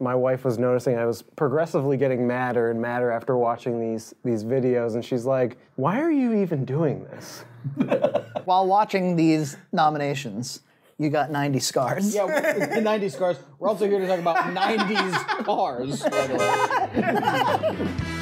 my wife was noticing I was progressively getting madder and madder after watching these these videos, and she's like, "Why are you even doing this?" While watching these nominations, you got 90 scars. Yeah, the 90s cars. We're also here to talk about 90s cars, by the way.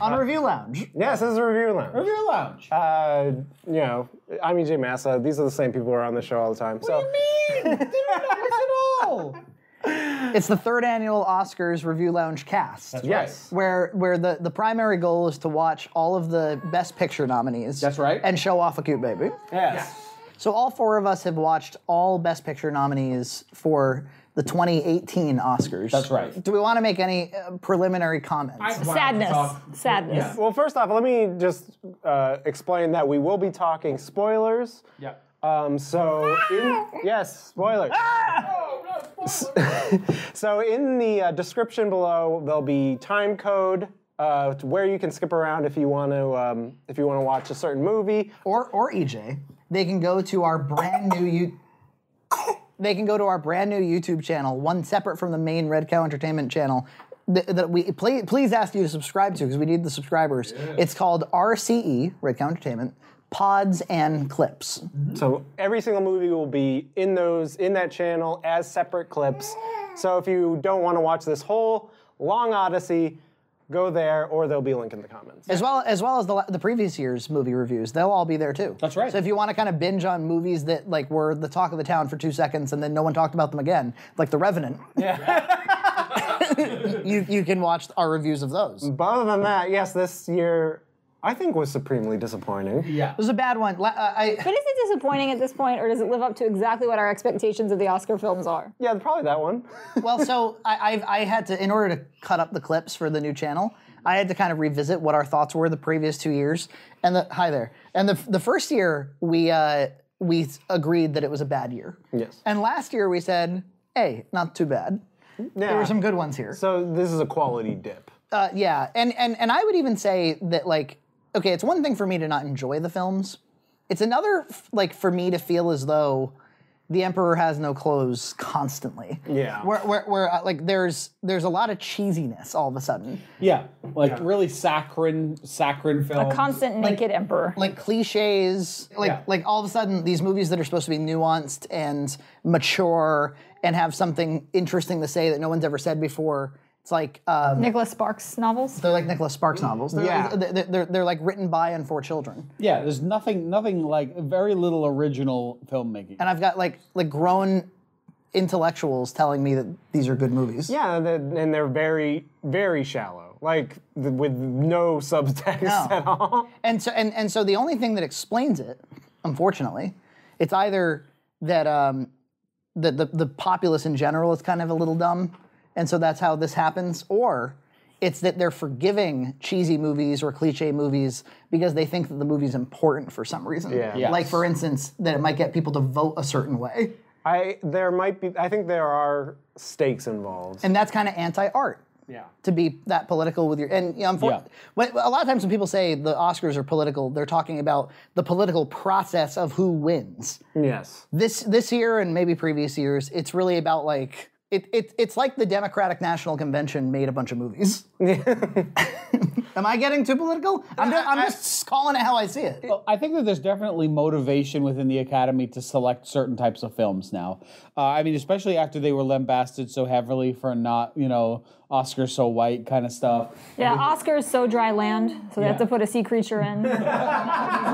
On Review Lounge. Yes, this is a review lounge. Review Lounge. Uh, you know, I'm EJ Massa. These are the same people who are on the show all the time. so mean? They don't know us at all. It's the third annual Oscars Review Lounge cast. yes, Where, where the, the primary goal is to watch all of the Best Picture nominees. That's right. And show off a cute baby. yes, So all four of us have watched all Best Picture nominees for the 2018 Oscars. That's right. Do we want to make any uh, preliminary comments? Sadness. Sadness. Well, first off, let me just uh, explain that we will be talking spoilers. Yeah. Um, so, in, yes, spoilers. so, in the uh, description below, there'll be time code uh, to where you can skip around if you want to um, if you want to watch a certain movie. or or EJ, they can go to our brand new you. They can go to our brand new YouTube channel, one separate from the main Red Cow Entertainment channel. th- That we please, please ask you to subscribe to because we need the subscribers. It's called RCE Red Cow Entertainment Pods and Clips. So, every single movie will be in those in that channel as separate clips. So, if you don't want to watch this whole long odyssey, go there, or there'll be a link in the comments. as well as well as the, la- the previous year's movie reviews they'll all be there too That's right. so if you want to kind of binge on movies that like were the talk of the town for two seconds and then no one talked about them again like the revenant yeah you, you can watch our reviews of those it But other than that, yes, this year I think was supremely disappointing. Yeah. was a bad one La- uh, I, But is it disappointing at this point, or does it live up to exactly what our expectations of the Oscar films are? Yeah, probably that one. well so I, I've, I had to in order to cut up the clips for the new channel i had to kind of revisit what our thoughts were the previous two years and the hi there and the, the first year we uh, we agreed that it was a bad year yes. and last year we said hey not too bad Yeah. There were some good ones here. So this is a quality dip. Uh, yeah, and and and I would even say that like, okay, it's one thing for me to not enjoy the films. It's another f- like for me to feel as though the emperor has no clothes constantly. Yeah. Where where, where uh, like there's there's a lot of cheesiness all of a sudden, Yeah. Like really saccharine, saccharine film. Constant naked emperor. like cliches, like Yeah. like all of a sudden these movies that are supposed to be nuanced and mature and have something interesting to say that no one's ever said before. It's like um, Nicholas Sparks novels. they're like Nicholas Sparks novels. They're, Yeah. they're, they're, they're like written by and for children. yeah, there's nothing, nothing like very little original filmmaking. Oh. and I've got like like grown intellectuals telling me that these are good movies. Yeah, and they're- and they're very, very shallow. Like th- with no subtext No. at all. And so and, and so the only thing that explains it, unfortunately, it's either that um that the, the populace in general is kind of a little dumb, and so that's how this happens, or it's that they're forgiving cheesy movies or cliche movies because they think that the movie's important for some reason. Yeah. Yes. Like for instance, that it might get people to vote a certain way. I there might be. I think there are stakes involved. and that's kind of anti-art. Yeah. To be that political with your and you know, unfor- Yeah. when- a lot of times when people say the Oscars are political, they're talking about the political process of who wins. yes. This this year and maybe previous years, it's really about like it, it it's like the Democratic National Convention made a bunch of movies. Am I getting too political? I'm just, I'm just calling it how I see it. I think that there's definitely motivation within the Academy to select certain types of films now. Uh, I mean, especially after they were lambasted so heavily for not, you know, Oscar so white kind of stuff. Yeah, Oscar is so dry land, so they have to put a sea creature in. it's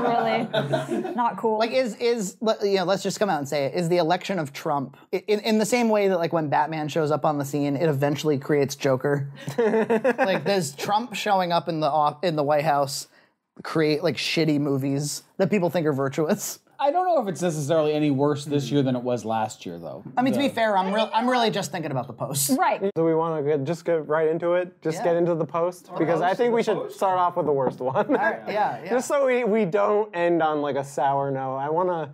really not cool. Like is is let- you know let's just come out and say it is the election of Trump i- in, in the same way that like when Batman shows up on the scene it eventually creates Joker. like there's Trump showing up in the off, in the White House create like shitty movies that people think are virtuous. I don't know if it's necessarily any worse this year than it was last year, though. I mean to be fair I'm real I'm really just thinking about the post. right. Do we want to just get right into it? Just Yeah. get into the post because I think we should start off with the worst one. Yeah, yeah. Just so we, we don't end on like a sour note. I wanna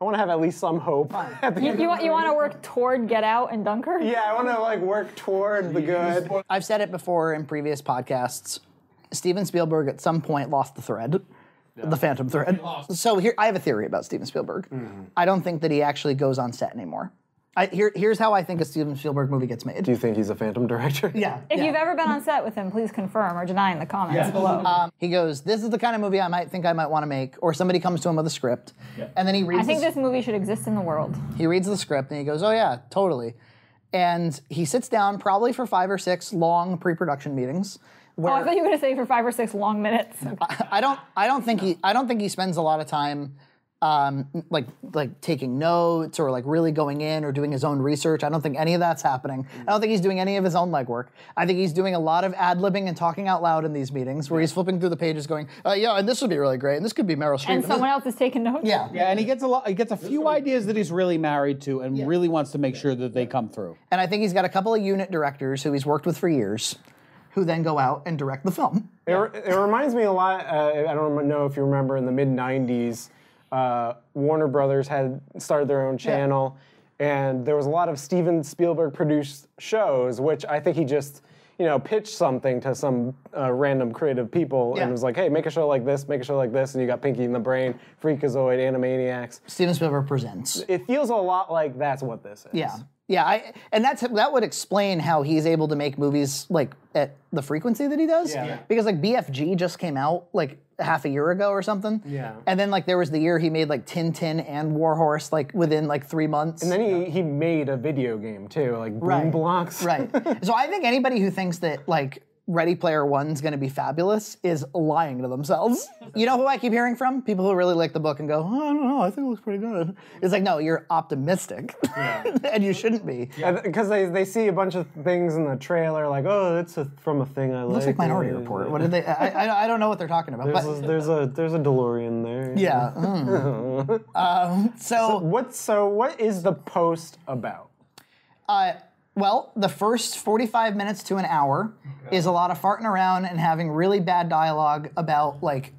I wanna have at least some hope. at the You, end of you want the you want to movie. work toward Get Out and Dunker? Yeah, I wanna like work toward the good. I've said it before in previous podcasts. Steven Spielberg at some point lost the thread. the Phantom Thread. So here, I have a theory about Steven Spielberg. I don't think that he actually goes on set anymore. I, here, here's how I think a Steven Spielberg movie gets made. Do you think he's a Phantom director? yeah. If yeah. you've ever been on set with him, please confirm or deny in the comments below. he goes, "This is the kind of movie I might think I might want to make," or somebody comes to him with a script, and then he reads. I think the, this movie should exist in the world. he reads the script and he goes, "Oh yeah, totally," and he sits down probably for five or six long pre-production meetings. Where Oh, I thought you were going to say for five or six long minutes. I don't I don't think he I don't think he spends a lot of time um, like like taking notes or like really going in or doing his own research. I don't think any of that's happening. I don't think he's doing any of his own legwork. I think he's doing a lot of ad libbing and talking out loud in these meetings where he's flipping through the pages, going, uh, "Yeah, and this would be really great, and this could be Meryl Streep." And someone else is taking notes. yeah. Yeah, and he gets a lot. He gets a few ideas that he's really married to, and really wants to make sure that they come through. and I think he's got a couple of unit directors who he's worked with for years, who then go out and direct the film. It, re- it reminds me a lot. Uh, I don't know if you remember in the mid '90s, uh, Warner Brothers had started their own channel, and there was a lot of Steven Spielberg produced shows, which I think he just you know pitched something to some uh, random creative people Yeah. and was like, "Hey, make a show like this, make a show like this," and you got Pinky in the Brain, Freakazoid, Animaniacs. Steven Spielberg presents. It feels a lot like that's what this is. Yeah, yeah, I, and that's that would explain how he's able to make movies like at the frequency that he does. Yeah. Yeah. Because like BFG just came out like half a year ago or something. Yeah. And then like there was the year he made like Tintin and Warhorse like within like three months. And then he, he made a video game too, like Boom Right. Blocks. right. So I think anybody who thinks that like Ready Player One's going to be fabulous is lying to themselves. You know who I keep hearing from? People who really like the book and go, oh, I don't know, I think it looks pretty good. It's like no, you're optimistic, and you shouldn't be. Because they, they see a bunch of things in the trailer, like, oh, that's a, from a thing I like. Looks like Minority Uh, Report. What did they? I, I, I don't know what they're talking about. There's a, But there's a there's a DeLorean there. yeah. mm. um, so, What so what is the post about? uh, well, the first 45 minutes to an hour is a lot of farting around and having really bad dialogue about like,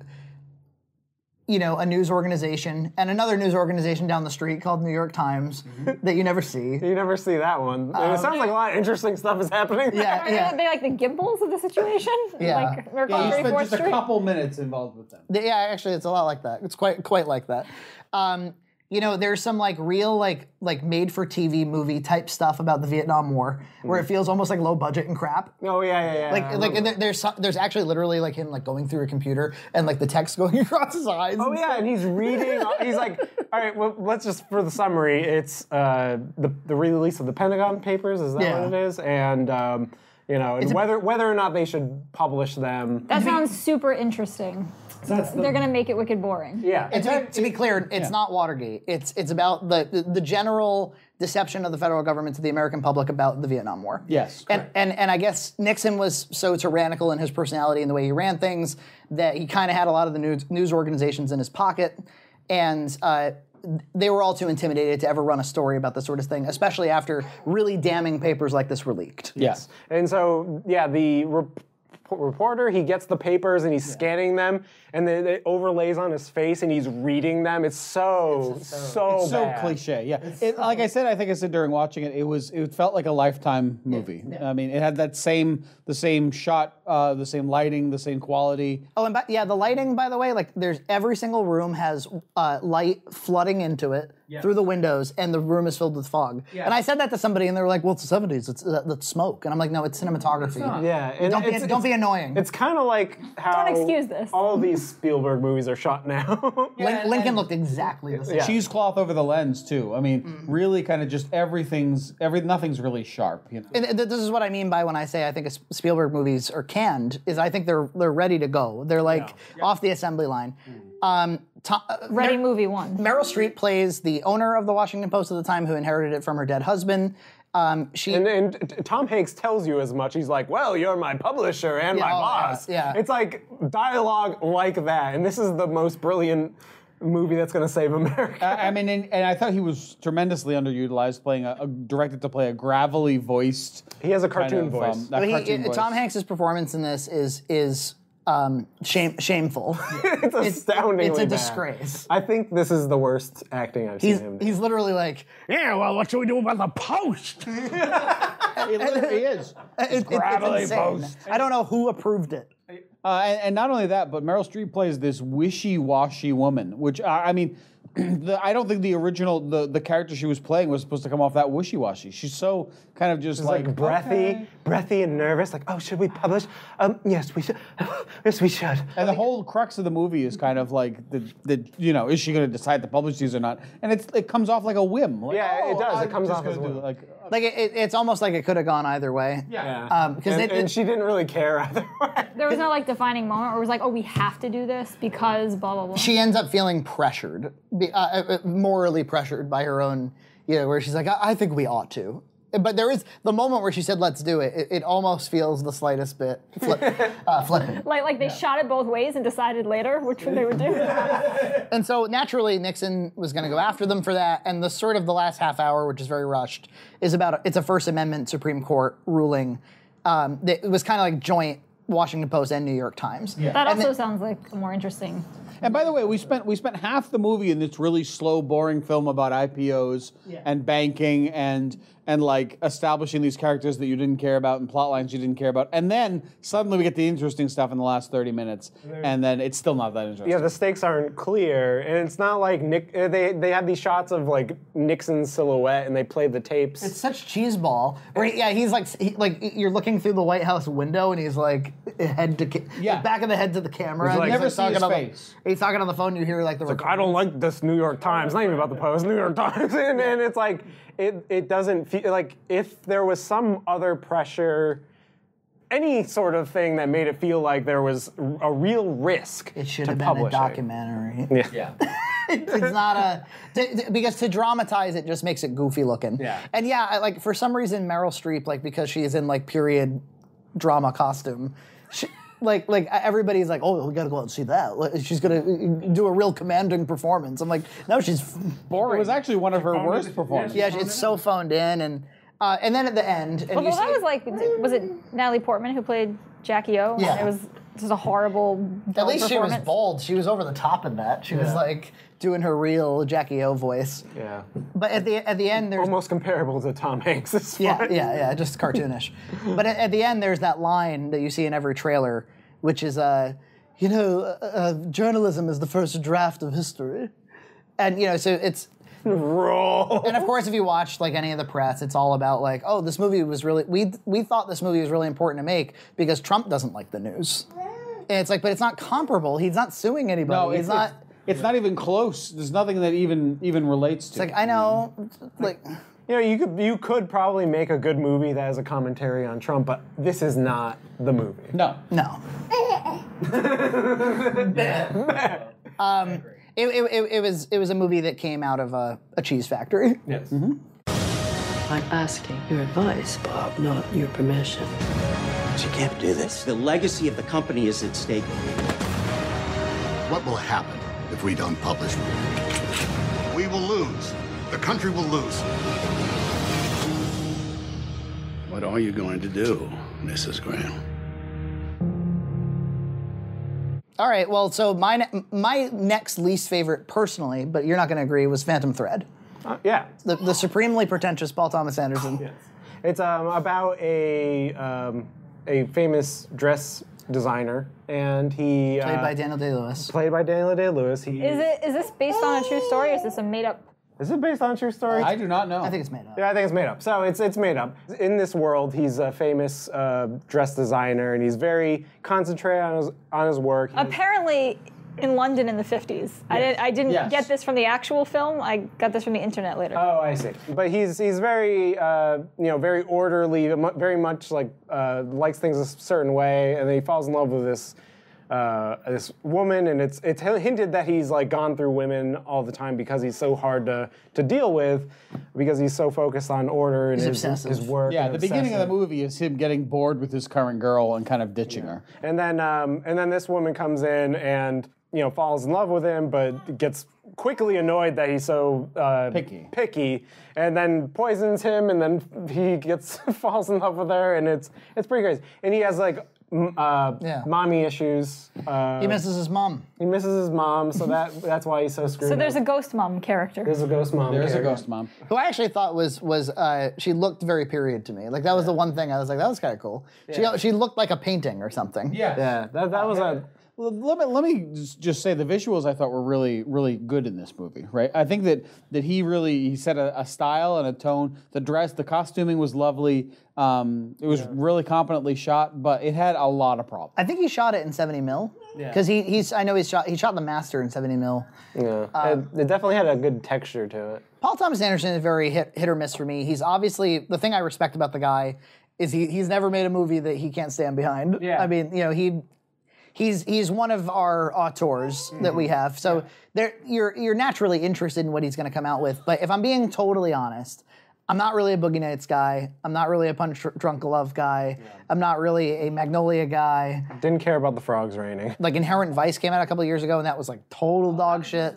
you know, a news organization and another news organization down the street called New York Times that you never see. You never see that one. And it sounds like a lot of interesting stuff is happening. Um, Yeah, Are they- yeah. they like the Gimbals of the situation? Yeah. Like they're called you spent 34th just a Street? couple minutes involved with them. Th- Yeah, actually, it's a lot like that. It's quite quite like that. Um, you know, there's some like real like like made for TV movie type stuff about the Vietnam War where it feels almost like low budget and crap. Oh Mm-hmm. yeah, yeah, yeah. I Like like remember. and there, there's so- there's actually literally like him like going through a computer and like the text going across his eyes. Oh yeah, and he's reading. He's like, all right, well, let's just for the summary, it's uh, the the release of the Pentagon Papers. Is that Yeah. what it is? And um, you know, and whether whether or not they should publish them. That sounds super interesting. They're going to make it wicked boring. yeah, And to, be, to be clear, it's not Watergate. It's it's about the, the the general deception of the federal government to the American public about the Vietnam War. Yes, and and and I guess Nixon was so tyrannical in his personality and the way he ran things that he kind of had a lot of the news news organizations in his pocket, and. Uh, they were all too intimidated to ever run a story about this sort of thing, especially after really damning papers like this were leaked. Yes. And so, yeah, the rep- reporter he gets the papers and he's scanning them, and then it overlays on his face, and he's reading them. It's so so It's so bad. cliche. Yeah. It, like I said, I think I said during watching it, it was it felt like a lifetime movie. I mean, it had that same the same shot, uh, the same lighting, the same quality. Oh, and by, yeah, the lighting, by the way, like there's every single room has uh, light flooding into it through the windows, and the room is filled with fog. And I said that to somebody, and they were like, "Well, it's the '70s. It's uh, the smoke." And I'm like, "No, it's cinematography. Yeah, and don't be it's- don't be it's- annoying." It's kind of like how excuse this. all these Spielberg movies are shot now. Lin- Lincoln looked exactly the same. Oh. Yeah. Cheesecloth over the lens too. I mean, really kind of just everything's every nothing's really sharp. You know. And th- this is what I mean by when I say I think Sp- Spielberg movies are canned. Is I think they're they're ready to go. They're like off the assembly line. Um, to- uh, Ready movie one. Meryl Streep plays the owner of the Washington Post at the time, who inherited it from her dead husband. Um, she And, and t- Tom Hanks tells you as much. He's like, "Well, you're my publisher and my oh, yeah, boss." yeah. It's like dialogue like that, and this is the most brilliant movie that's going to save America. I I mean, and, and I thought he was tremendously underutilized, playing a, a directed to play a gravelly voiced. He has a kind cartoon of, voice. um, that But he- cartoon uh, voice. Tom Hanks's performance in this is is um, shame, shameful. it's astoundingly it's a bad. disgrace. I think this is the worst acting I've he's seen him do. he's literally like Yeah, well, what should we do about the post? It literally is. it, it- it's gravelly insane. post. I don't know who approved it. Uh, and, and not only that, but Meryl Streep plays this wishy-washy woman, which I, I mean, the, I don't think the original the, the character she was playing was supposed to come off that wishy-washy. She's so kind of just It's like, breathy, okay. breathy and nervous. Like, oh, should we publish? Um, yes, we should. yes, we should. And the whole crux of the movie is kind of like the, the you know is she going to decide to publish these or not? And it's it comes off like a whim. Like, Yeah, it oh, does. It I'm comes just off as gonna do whim. it. like Like it, it- it's almost like it could have gone either way. Yeah. Um, 'cause and, they- and she didn't really care either way. There was no like defining moment where it was like, oh, we have to do this because blah blah blah. She ends up feeling pressured, be- uh, uh, uh, morally pressured by her own, you know, where she's like, I, I think we ought to. But there is the moment where she said, "Let's do it." It, it almost feels the slightest bit flip, uh, flippant. like like they shot it both ways and decided later which one they would do. And so naturally, Nixon was going to go after them for that. And the sort of the last half hour, which is very rushed, is about it's a First Amendment Supreme Court ruling. Um, that it was kind of like joint Washington Post and New York Times. That also sounds like a more interesting. And by the way, we spent we spent half the movie in this really slow, boring film about IPOs and banking and and like establishing these characters that you didn't care about and plot lines you didn't care about. And then suddenly we get the interesting stuff in the last thirty minutes, and then it's still not that interesting. Yeah, the stakes aren't clear, and it's not like Nick. uh, They they have these shots of like Nixon's silhouette, and they play the tapes. It's such cheeseball. Where he- yeah, he's like, he, like you're looking through the White House window, and he's like head to ca- Yeah. back of the head to the camera. and He's like- he's, Never see his on the- face. he's talking on the phone. You hear like the. like, I don't like this New York Times. Not even about the Post, New York Times, and, and it's like it it doesn't feel like if there was some other pressure, any sort of thing that made it feel like there was a real risk. it should to have been a publish it. documentary. yeah. it's not a t- t- because to dramatize it just makes it goofy looking. Yeah. And yeah, I, like for some reason Meryl Streep, like because she is in like period drama costume, she, like like e, everybody's like, oh, we gotta go out and see that. Like, She's gonna uh, do a real commanding performance. I'm like, no, she's It boring. was actually one of her worst performances. yeah, it's so phoned in, and uh, and then at the end, and Although you see, that was like, was it Natalie Portman who played Jackie O? Yeah. It was just a horrible. at least she was performance. bold. She was over the top in that. She was like doing her real Jackie O voice. Yeah, But at the at the end, there's almost comparable to Tom Hanks. as Yeah, far- yeah, yeah, just cartoonish. but at, at the end, there's that line that you see in every trailer, which is, uh, you know, uh, uh, journalism is the first draft of history, and you know, so it's. Roll. Oh. And of course, if you watch like any of the press, it's all about like, oh, this movie was really we we thought this movie was really important to make because Trump doesn't like the news. And it's like, but it's not comparable. He's not suing anybody. No, He's it's not. not. It's not even close. There's nothing that even even relates to. It's like I know, like You know, you could you could probably make a good movie that is a commentary on Trump, but this is not the movie. no. no. um, it, it, it, it was it was a movie that came out of a, a cheese factory. Yes. I'm asking your advice, Bob, not your permission. You can't do this. The legacy of the company is at stake. What will happen if we don't publish? We will lose. The country will lose. What are you going to do, Mrs. Graham? All right. Well, so my ne- my next least favorite personally, but you're not going to agree, was Phantom Thread, Uh, yeah. the, the supremely pretentious Paul Thomas Anderson. It's um, about a um, a famous dress designer, and he Played uh, by Daniel Day Lewis. played by Daniel Day Lewis. He Is it? Is this based on a true story? Or is this a made up? is it based on a true story? I do not know. I think it's made up. Yeah, I think it's made up. So it's it's made up. In this world, he's a famous uh, dress designer, and he's very concentrated on his on his work. He- Apparently, in London in the fifties. I didn't. I didn't Yes. get this from the actual film. I got this from the internet later. Oh, I see. But he's he's very uh, you know very orderly, mu- very much like uh, likes things a certain way, and then he falls in love with this uh, this woman, and it's it's hinted that he's like gone through women all the time because he's so hard to to deal with, because he's so focused on order and He's his, obsessive. his work. yeah, and the beginning of the obsessive. movie is him getting bored with his current girl and kind of ditching her. And then um, and then this woman comes in and you know falls in love with him, but gets quickly annoyed that he's so uh, Picky. picky, and then poisons him, and then he gets falls in love with her, and it's it's pretty crazy. And he has like m- uh, Yeah. mommy issues. Uh, He misses his mom. he misses his mom, so that that's why he's so screwed. So there's a up. ghost mom character. there's a ghost mom. There's a character. ghost mom. Who I actually thought was was uh, she looked very period to me. Like that was the one thing I was like, that was kind of cool. She she looked like a painting or something. Yeah, that, that was a Well, Let me, let me just- just say the visuals I thought were really really good in this movie, right? I think that that he really he set a, a style and a tone. The dress, the costuming was lovely. Um, it was really competently shot, but it had a lot of problems. I think he shot it in 70 mil. Because he he's I know he's shot he shot the master in 70 mil. yeah. it, it definitely had a good texture to it. Paul Thomas Anderson is very hit, hit or miss for me. He's obviously the thing I respect about the guy is he he's never made a movie that he can't stand behind. Yeah. I mean, you know, he he's he's one of our auteurs that we have. So there you're you're naturally interested in what he's going to come out with. But if I'm being totally honest, I'm not really a Boogie Nights guy. I'm not really a Punch Dr- Drunk Love guy. I'm not really a Magnolia guy. Didn't care about the frogs raining. Like Inherent Vice came out a couple years ago, and Oh, that was like total dog shit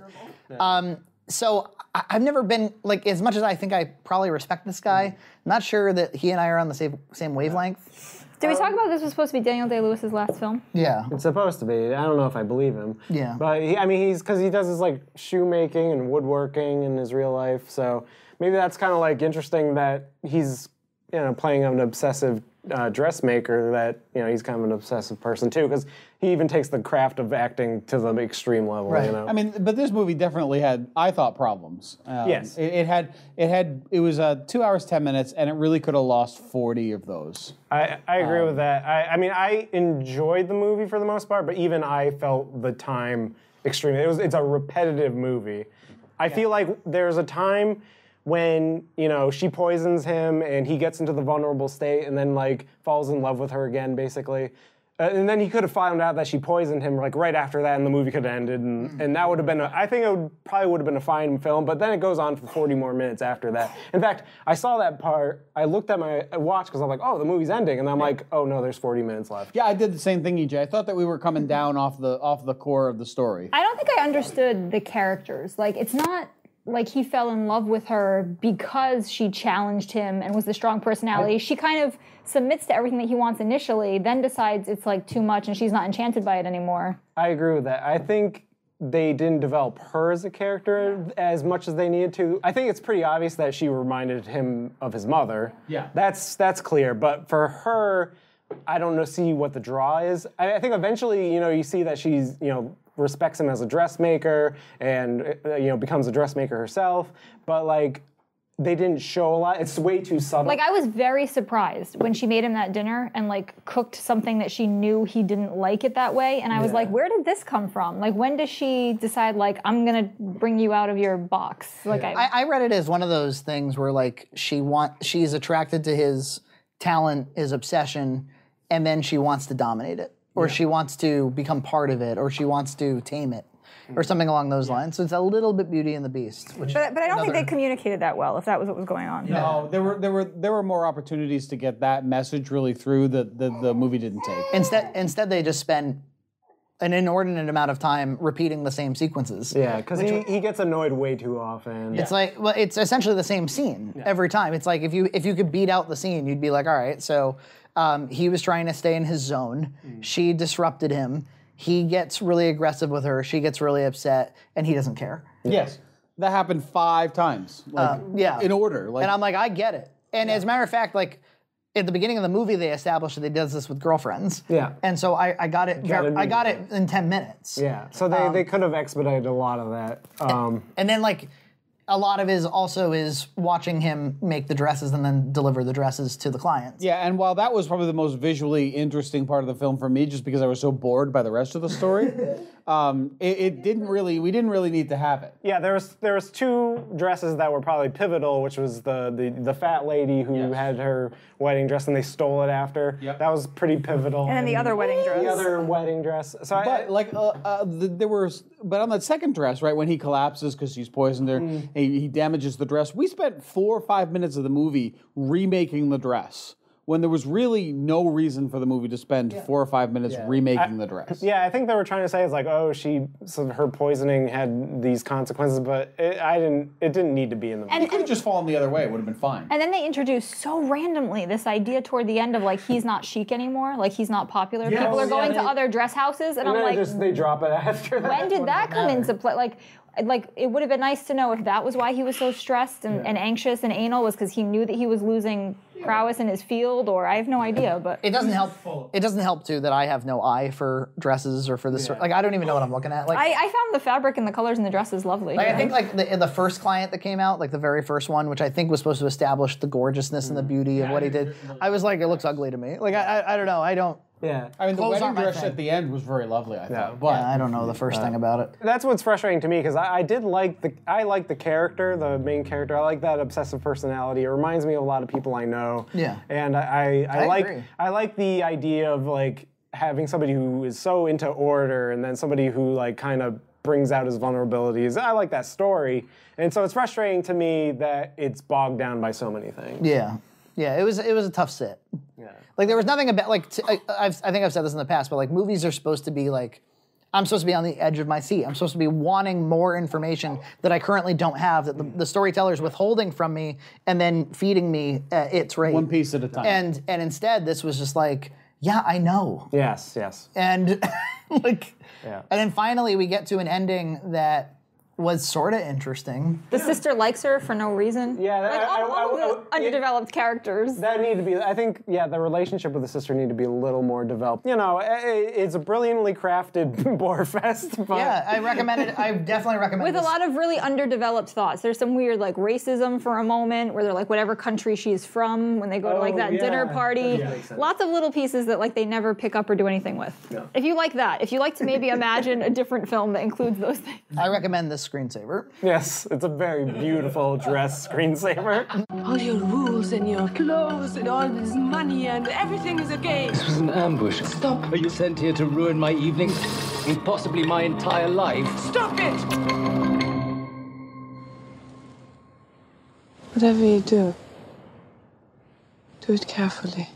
Um, so I, I've never been like as much as I think I probably respect this guy. Not sure that he and I are on the same same wavelength. Did we talk about this was supposed to be Daniel Day Lewis's last film? Yeah, It's supposed to be. I don't know if I believe him. Yeah. But he, I mean, he's because he does his like shoemaking and woodworking in his real life. So maybe that's kind of like interesting that he's you know playing an obsessive uh, dressmaker. That you know he's kind of an obsessive person too because he even takes the craft of acting to the extreme level. Right. You know. I mean, but this movie definitely had, I thought, problems. Um, Yes. it, it had, it had, it was uh, two hours ten minutes, and it really could have lost forty of those. I, I agree with that. I, I mean, I enjoyed the movie for the most part, but even I felt the time extremely. It was it's a repetitive movie. I feel like there's a time when you know she poisons him and he gets into the vulnerable state and then like falls in love with her again, basically. Uh, and then he could have found out that she poisoned him like right after that, and the movie could have ended, and, and that would have been. A, I think it would probably would have been a fine film, but then it goes on for 40 more minutes after that. In fact, I saw that part. I looked at my watch because I'm like, oh, the movie's ending, and I'm like, oh no, there's 40 minutes left. Yeah, I did the same thing, EJ. I thought that we were coming down off the off the core of the story. I don't think I understood the characters. Like, it's not like he fell in love with her because she challenged him and was the strong personality. she kind of submits to everything that he wants initially, then decides it's like too much and she's not enchanted by it anymore. I agree with that. I think they didn't develop her as a character as much as they needed to. I think it's pretty obvious that she reminded him of his mother. Yeah. That's that's clear. But for her, I don't know see what the draw is. I, I think eventually, you know, you see that she's, you know, respects him as a dressmaker and uh, you know becomes a dressmaker herself. But like they didn't show a lot. It's way too subtle. Like, I was very surprised when she made him that dinner and like cooked something that she knew he didn't like it that way. And I was like, where did this come from? Like, when does she decide, like, I'm gonna bring you out of your box? Like, I, I, I read it as one of those things where like she want she's attracted to his talent, his obsession, and then she wants to dominate it, or she wants to become part of it, or she wants to tame it, or something along those lines. So it's a little bit Beauty and the Beast, which But, but I don't think they communicated that well. If that was what was going on. No, Oh, there were there were there were more opportunities to get that message really through that the, the movie didn't take. instead instead they just spend an inordinate amount of time repeating the same sequences. yeah, because he, he gets annoyed way too often. It's like well, it's essentially the same scene every time. It's like if you if you could beat out the scene, you'd be like, all right, so um, he was trying to stay in his zone. She disrupted him. He gets really aggressive with her. She gets really upset, and he doesn't care. Yes, that happened five times. Like, yeah. in order. Like Uh, And I'm like, I get it. And as a matter of fact, like at the beginning of the movie, they established that he does this with girlfriends. Yeah. And so I, I got it. ver- I got it in ten minutes. yeah. So they, they could have expedited a lot of that. Um, And then like a lot of his also is watching him make the dresses and then deliver the dresses to the clients. Yeah, and while that was probably the most visually interesting part of the film for me, just because I was so bored by the rest of the story, um, it, it didn't really. We didn't really need to have it. Yeah, there was there was two dresses that were probably pivotal, which was the the, the fat lady who had her wedding dress and they stole it after. Yep. That was pretty pivotal. And then the other wedding dress. The other wedding dress. So I, But like, uh, uh, th- there were, s- but on that second dress, right when he collapses because he's poisoned, her, he, he damages the dress. We spent four or five minutes of the movie remaking the dress when there was really no reason for the movie to spend four or five minutes remaking the dress. Yeah, I think they were trying to say it's like, oh, she, so her poisoning had these consequences, but it, I didn't. It didn't need to be in the movie. And, Could have and, just fallen the other way. It would have been fine. and then they introduced so randomly this idea toward the end of like he's not chic anymore, like he's not popular. Yes. People are Yeah, going to they- other dress houses, and, And I'm then like, just they drop it after that. when did that come into play? Like, like it would have been nice to know if that was why he was so stressed and, and anxious and anal was because he knew that he was losing prowess in his field, or I have no idea. But It doesn't help. It doesn't help too that I have no eye for dresses or for this. sort Like I don't even know what I'm looking at. Like I, I found the fabric and the colors and the dresses lovely. Like, I think like the, the first client that came out, like the very first one, which I think was supposed to establish the gorgeousness and the beauty of what he did. Mm. I was like, it looks ugly to me. Like I, I, I don't know. I don't. Yeah. I mean, the Clothes wedding aren't my dress thing. at the end was very lovely. I thought, but I don't know the first thing about it. That's what's frustrating to me because I, I did like the I like the character, the main character. I like that obsessive personality. It reminds me of a lot of people I know. Yeah. And I I, I, I like agree. I like the idea of like having somebody who is so into order and then somebody who like kind of brings out his vulnerabilities. I like that story. And so it's frustrating to me that it's bogged down by so many things. Yeah, yeah. It was it was a tough sit. Yeah. Like there was nothing about like t- I, I've, I think I've said this in the past, but like movies are supposed to be like I'm supposed to be on the edge of my seat. I'm supposed to be wanting more information that I currently don't have that the, the storyteller's withholding from me and then feeding me at its rate. one piece at a time. And and instead, this was just like, yeah, I know Yes, yes. and like and then finally we get to an ending that was sort of interesting the sister likes her for no reason. Yeah, that- like all, I- I- all I- of the I- underdeveloped characters. That need to be. I think yeah, the relationship with the sister need to be a little more developed. You know, i- i- it's a brilliantly crafted bore fest, but yeah i recommend it i definitely recommend with a this. lot of really underdeveloped thoughts. There's some weird like racism for a moment where they're like whatever country she's from when they go to like Oh, that yeah. dinner party. That makes sense. Lots of little pieces that like they never pick up or do anything with. If you like that, if you like to maybe imagine a different film that includes those things. i recommend this screensaver yes, it's a very beautiful dress screensaver. All your rules and your clothes and all this money and everything is a game. This was an ambush. Stop. Are you sent here to ruin my evening and possibly my entire life? Stop it! Whatever you do, do it carefully.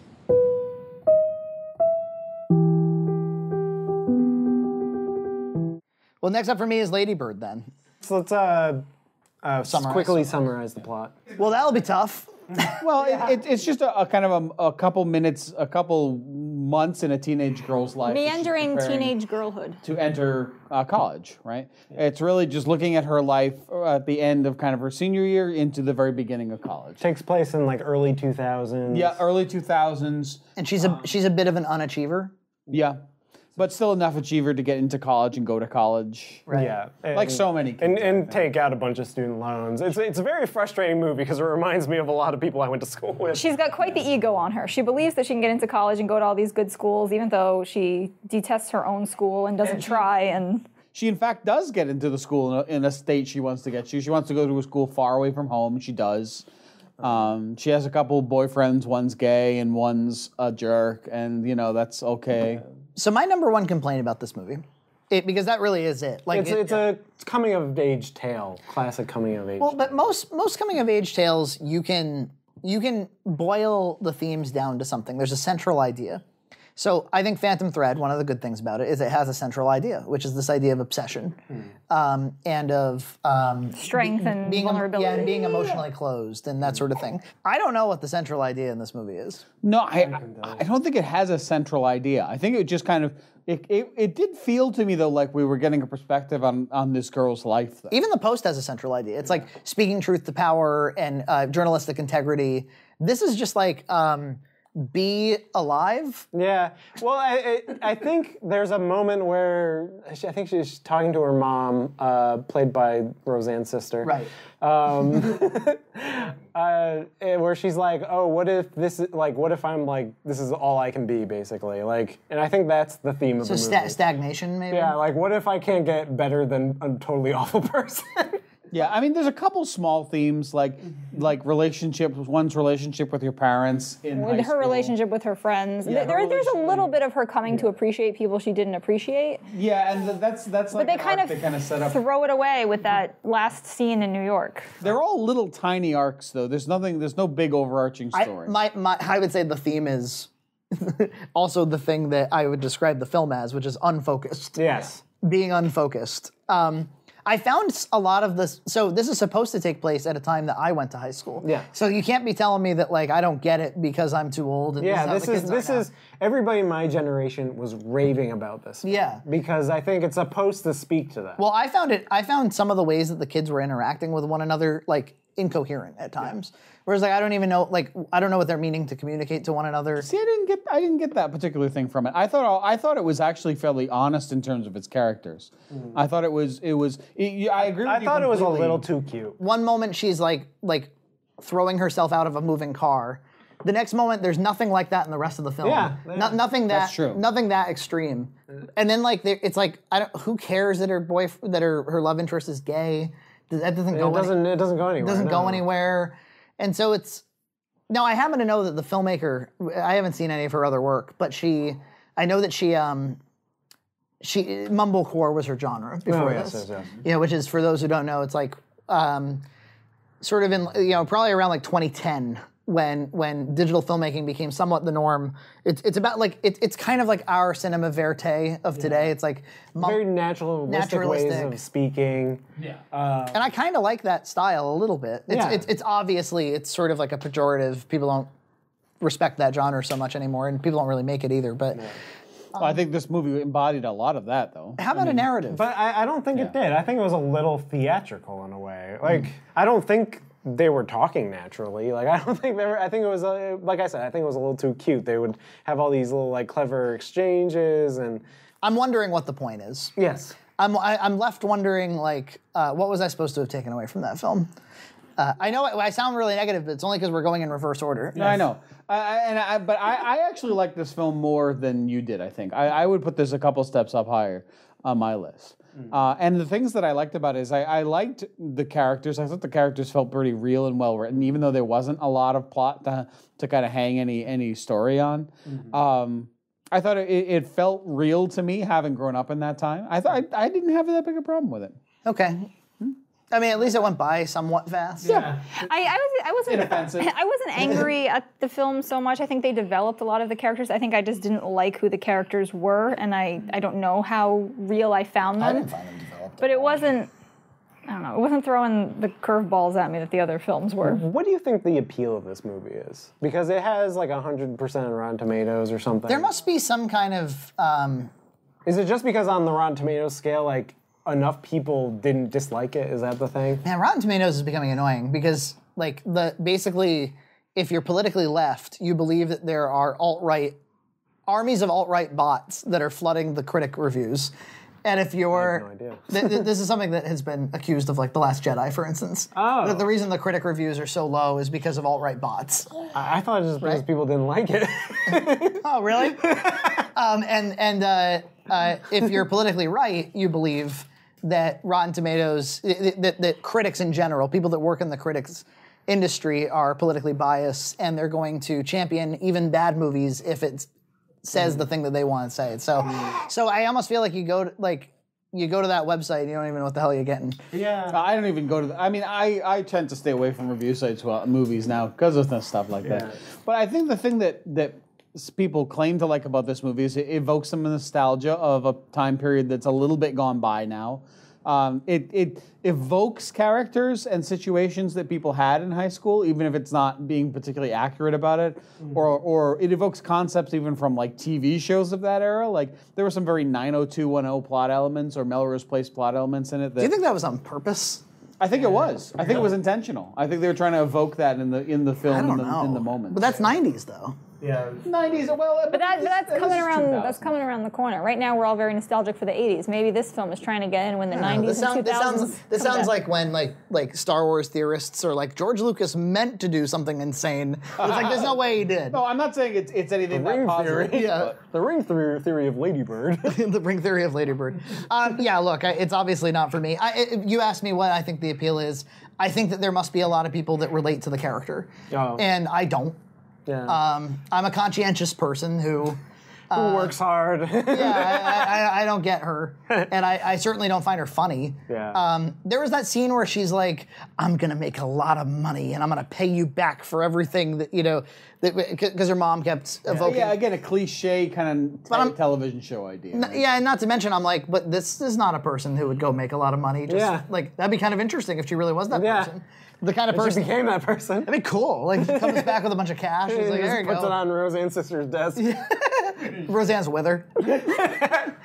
well next up for me is ladybird then So let's uh, uh, Summarize. quickly summarize the plot. well that'll be tough Well, it, it, it's just a, a kind of a, a couple minutes, a couple months in a teenage girl's life. as she's Meandering preparing teenage girlhood. To enter uh, college, right? It's really just looking at her life uh, at the end of kind of her senior year into the very beginning of college. Takes place in like early 2000s. Yeah, early 2000s. and she's Um. a she's a bit of an unachiever Yeah. But still enough achiever to get into college and go to college. right Yeah, and- Like so many kids. and and take out a bunch of student loans. It's it's a very frustrating movie because it reminds me of a lot of people I went to school with. She's got quite the ego on her. She believes that she can get into college and go to all these good schools, even though she detests her own school and doesn't try. And she in fact does get into the school in a, in a state she wants to get to. She wants to go to a school far away from home. She does. Um, she has a couple boyfriends. One's gay and one's a jerk, and you know that's okay. so my number one complaint about this movie it, because that really is it like it's it- it's a coming of age tale, classic coming of age. Well, but most most coming of age tales, you can you can boil the themes down to something. There's a central idea. So I think Phantom Thread, one of the good things about it is it has a central idea, which is this idea of obsession Hmm. um, and of um, strength and being em- vulnerability. yeah, and being emotionally closed and that sort of thing. I don't know what the central idea in this movie is. No, I, I I don't think it has a central idea. I think it just kind of it, it, it did feel to me though like we were getting a perspective on on this girl's life. Though. Even the Post has a central idea. It's like speaking truth to power and uh, journalistic integrity. This is just like um, be alive Yeah. Well, I, I, I think there's a moment where she, I think she's talking to her mom, uh, played by Roseanne's sister. Right. Um, uh, and where she's like, "Oh, what if this? Is, like, what if I'm like this is all I can be, basically? Like, and I think that's the theme of So the movie. sta- stagnation, maybe. yeah. Like, what if I can't get better than a totally awful person? Yeah, I mean, there's a couple small themes like like relationships, one's relationship with your parents in high with her school. relationship with her friends. Yeah, her there, there's a little bit of her coming to appreciate people she didn't appreciate. Yeah, and th- that's that's like But an they kind arc of, they kind of set up. throw it away with that last scene in New York. They're all little tiny arcs, though. There's nothing. There's no big overarching I, story. my, my, I would say the theme is also the thing that I would describe the film as, which is unfocused. Yes. Being unfocused. Um, I found s- a lot of this. So this is supposed to take place at a time that I went to high school. Yeah. So you can't be telling me that like I don't get it because I'm too old. And Yeah, how this the is kids are this now. is everybody in my generation was raving about this. film Yeah. because I think it's supposed to speak to that. Well, I found it. I found some of the ways that the kids were interacting with one another like incoherent at times. Whereas like I don't even know like I don't know what they're meaning to communicate to one another. See, I didn't get I didn't get that particular thing from it. I thought all- I thought it was actually fairly honest in terms of its characters. I thought it was it was. It, I agree. With Hmm. I you thought it was a completely. little too cute. one moment she's like like throwing herself out of a moving car. The next moment, there's nothing like that in the rest of the film. Yeah, Uh, No- nothing that That's true. nothing that extreme. And then like there- it's like I don't. Who cares that her boy that her her love interest is gay? That doesn't It go. any- doesn't it doesn't go anywhere. doesn't no. go anywhere. And so it's now I happen to know that the filmmaker I haven't seen any of her other work, but she I know that she um she mumblecore was her genre before Oh, yes, this. yes, yes. Yeah, which is for those who don't know, it's like um sort of in you know probably around like 2010 when when digital filmmaking became somewhat the norm. It's it's about like it, it's kind of like our cinema verite of today. It's like mum- Very naturalistic, ways Naturalistic. of speaking. and I kind of like that style a little bit. It's, Yeah. it's, it's obviously it's sort of like a pejorative. People don't respect that genre so much anymore, and people don't really make it either. But Well, I think this movie embodied a lot of that, though. how about a narrative? But I, I don't think it did. I think it was a little theatrical in a way. Like I don't think they were talking naturally. Like I don't think they were. I think it was uh, like I said. I think it was a little too cute. They would have all these little like clever exchanges and I'm wondering what the point is. yes. I'm I, I'm left wondering like uh, what was I supposed to have taken away from that film? Uh, I know I, I sound really negative, but it's only because we're going in reverse order. I know, I, I, and I, but I, I actually like this film more than you did. I think I, I would put this a couple steps up higher on my list. Uh, and the things that I liked about it is I, I liked the characters. I thought the characters felt pretty real and well written, even though there wasn't a lot of plot to to kind of hang any any story on. Um, I thought it, it felt real to me, having grown up in that time. I thought I, I didn't have that big a problem with it. Okay. I mean, at least it went by somewhat fast. Yeah, I, I was I wasn't Inoffensive. I wasn't angry at the film so much. I think they developed a lot of the characters. I think I just didn't like who the characters were, and I I don't know how real I found them. I didn't find them developed. But it wasn't. I don't know. It wasn't throwing the curveballs at me that the other films were. What do you think the appeal of this movie is? Because it has like 100% on Rotten Tomatoes or something. There must be some kind of um, Is it just because on the Rotten Tomatoes scale, like enough people didn't dislike it? Is that the thing? Man, Rotten Tomatoes is becoming annoying because, like, the basically, if you're politically left, you believe that there are alt right armies of alt right bots that are flooding the critic reviews, and if you're idea. th- th- this is something that has been accused of, like, The Last Jedi, for instance. Oh, the reason the critic reviews are so low is because of alt right bots. I, I thought it was just because people didn't like it. Oh, really? um, and and uh, uh, if you're politically right, you believe that Rotten Tomatoes, that, that, that critics in general, people that work in the critics industry, are politically biased, and they're going to champion even bad movies if it says the thing that they want to say. So, so I almost feel like you go to, like. You go to that website, and you don't even know what the hell you're getting. I don't even go to. The, I mean, I, I tend to stay away from review sites well movies now because of the stuff like that. But I think the thing that that s- people claim to like about this movie is it evokes some nostalgia of a time period that's a little bit gone by now. Um, it it evokes characters and situations that people had in high school, even if it's not being particularly accurate about it, or or it evokes concepts even from like TV shows of that era. Like there were some very 90210 plot elements or Melrose Place plot elements in it. Do That you think that was on purpose? I think it was. I think it was intentional. I think they were trying to evoke that in the in the film I in don't the, know. in the moment. but that's '90s though. Yeah. 90s. Well, But that, but that's this coming is around. 2000. That's coming around the corner. Right now, we're all very nostalgic for the '80s. Maybe this film is trying to get in when the I don't know. '90s This, sound, and 2000s. this sounds this come sounds back. like when like like Star Wars theorists are like George Lucas meant to do something insane. It's like there's no way he did. No, I'm not saying it's it's anything that positive. Yeah, the ring theory, theory of Ladybird. the ring theory of Ladybird. Um, yeah, look, I, it's obviously not for me. I, i you asked me what I think the appeal is. I think that there must be a lot of people that relate to the character, Oh. and I don't. Yeah. Um, I'm a conscientious person who. Uh, Who works hard? yeah, I, I, I don't get her, and I, I certainly don't find her funny. Yeah. Um, there was that scene where she's like, "I'm gonna make a lot of money, and I'm gonna pay you back for everything that you know," because her mom kept evoking. Yeah, again, a cliche kind of I'm- television show idea. N- Yeah, and not to mention, I'm like, but this is not a person who would go make a lot of money. Just, Yeah. Like that'd be kind of interesting if she really was that Yeah. person. The kind of She person. became that person. That'd be cool. Like she comes back with a bunch of cash. She's She like, just there you puts it go. on Roseanne's sister's desk. Roseanne's with her.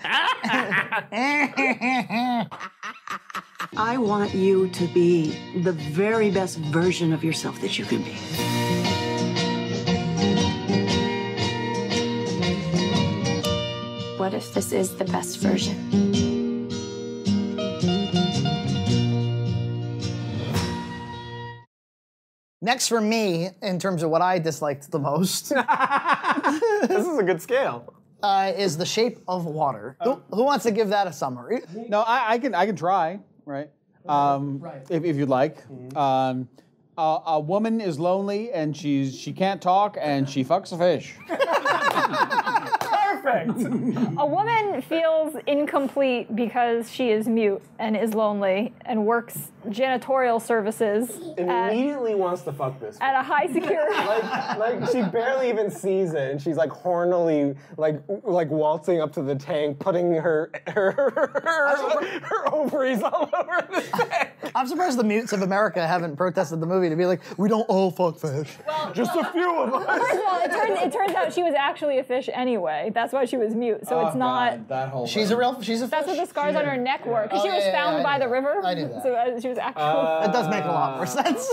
I want you to be the very best version of yourself that you can be. What if this is the best version? Next for me, in terms of what I disliked the most, this is a good scale. Oh. uh, is the shape of water. who, who wants to give that a summary? No, I, I can I can try, right? Um, If, if you'd like. Mm-hmm. Um, a, a woman is lonely and she's she can't talk and she fucks a fish. A woman feels incomplete because she is mute and is lonely and works janitorial services at, Immediately wants to fuck this. at a high security. like, like she barely even sees it, and she's like hornily, like like waltzing up to the tank, putting her her her, her ovaries all over the tank. I'm surprised the mutes of America haven't protested the movie to be like, we don't all fuck fish. Just a few of us. First of all, it, turns it turns out she was actually a fish anyway. That's why she was mute. So Oh, it's not. that whole. She's a real. She's a. That's what the fish. scars on her neck were. Because she Oh, was yeah, yeah, found yeah, I by knew the river. I knew that. So uh, she was actual. That does make a lot more sense.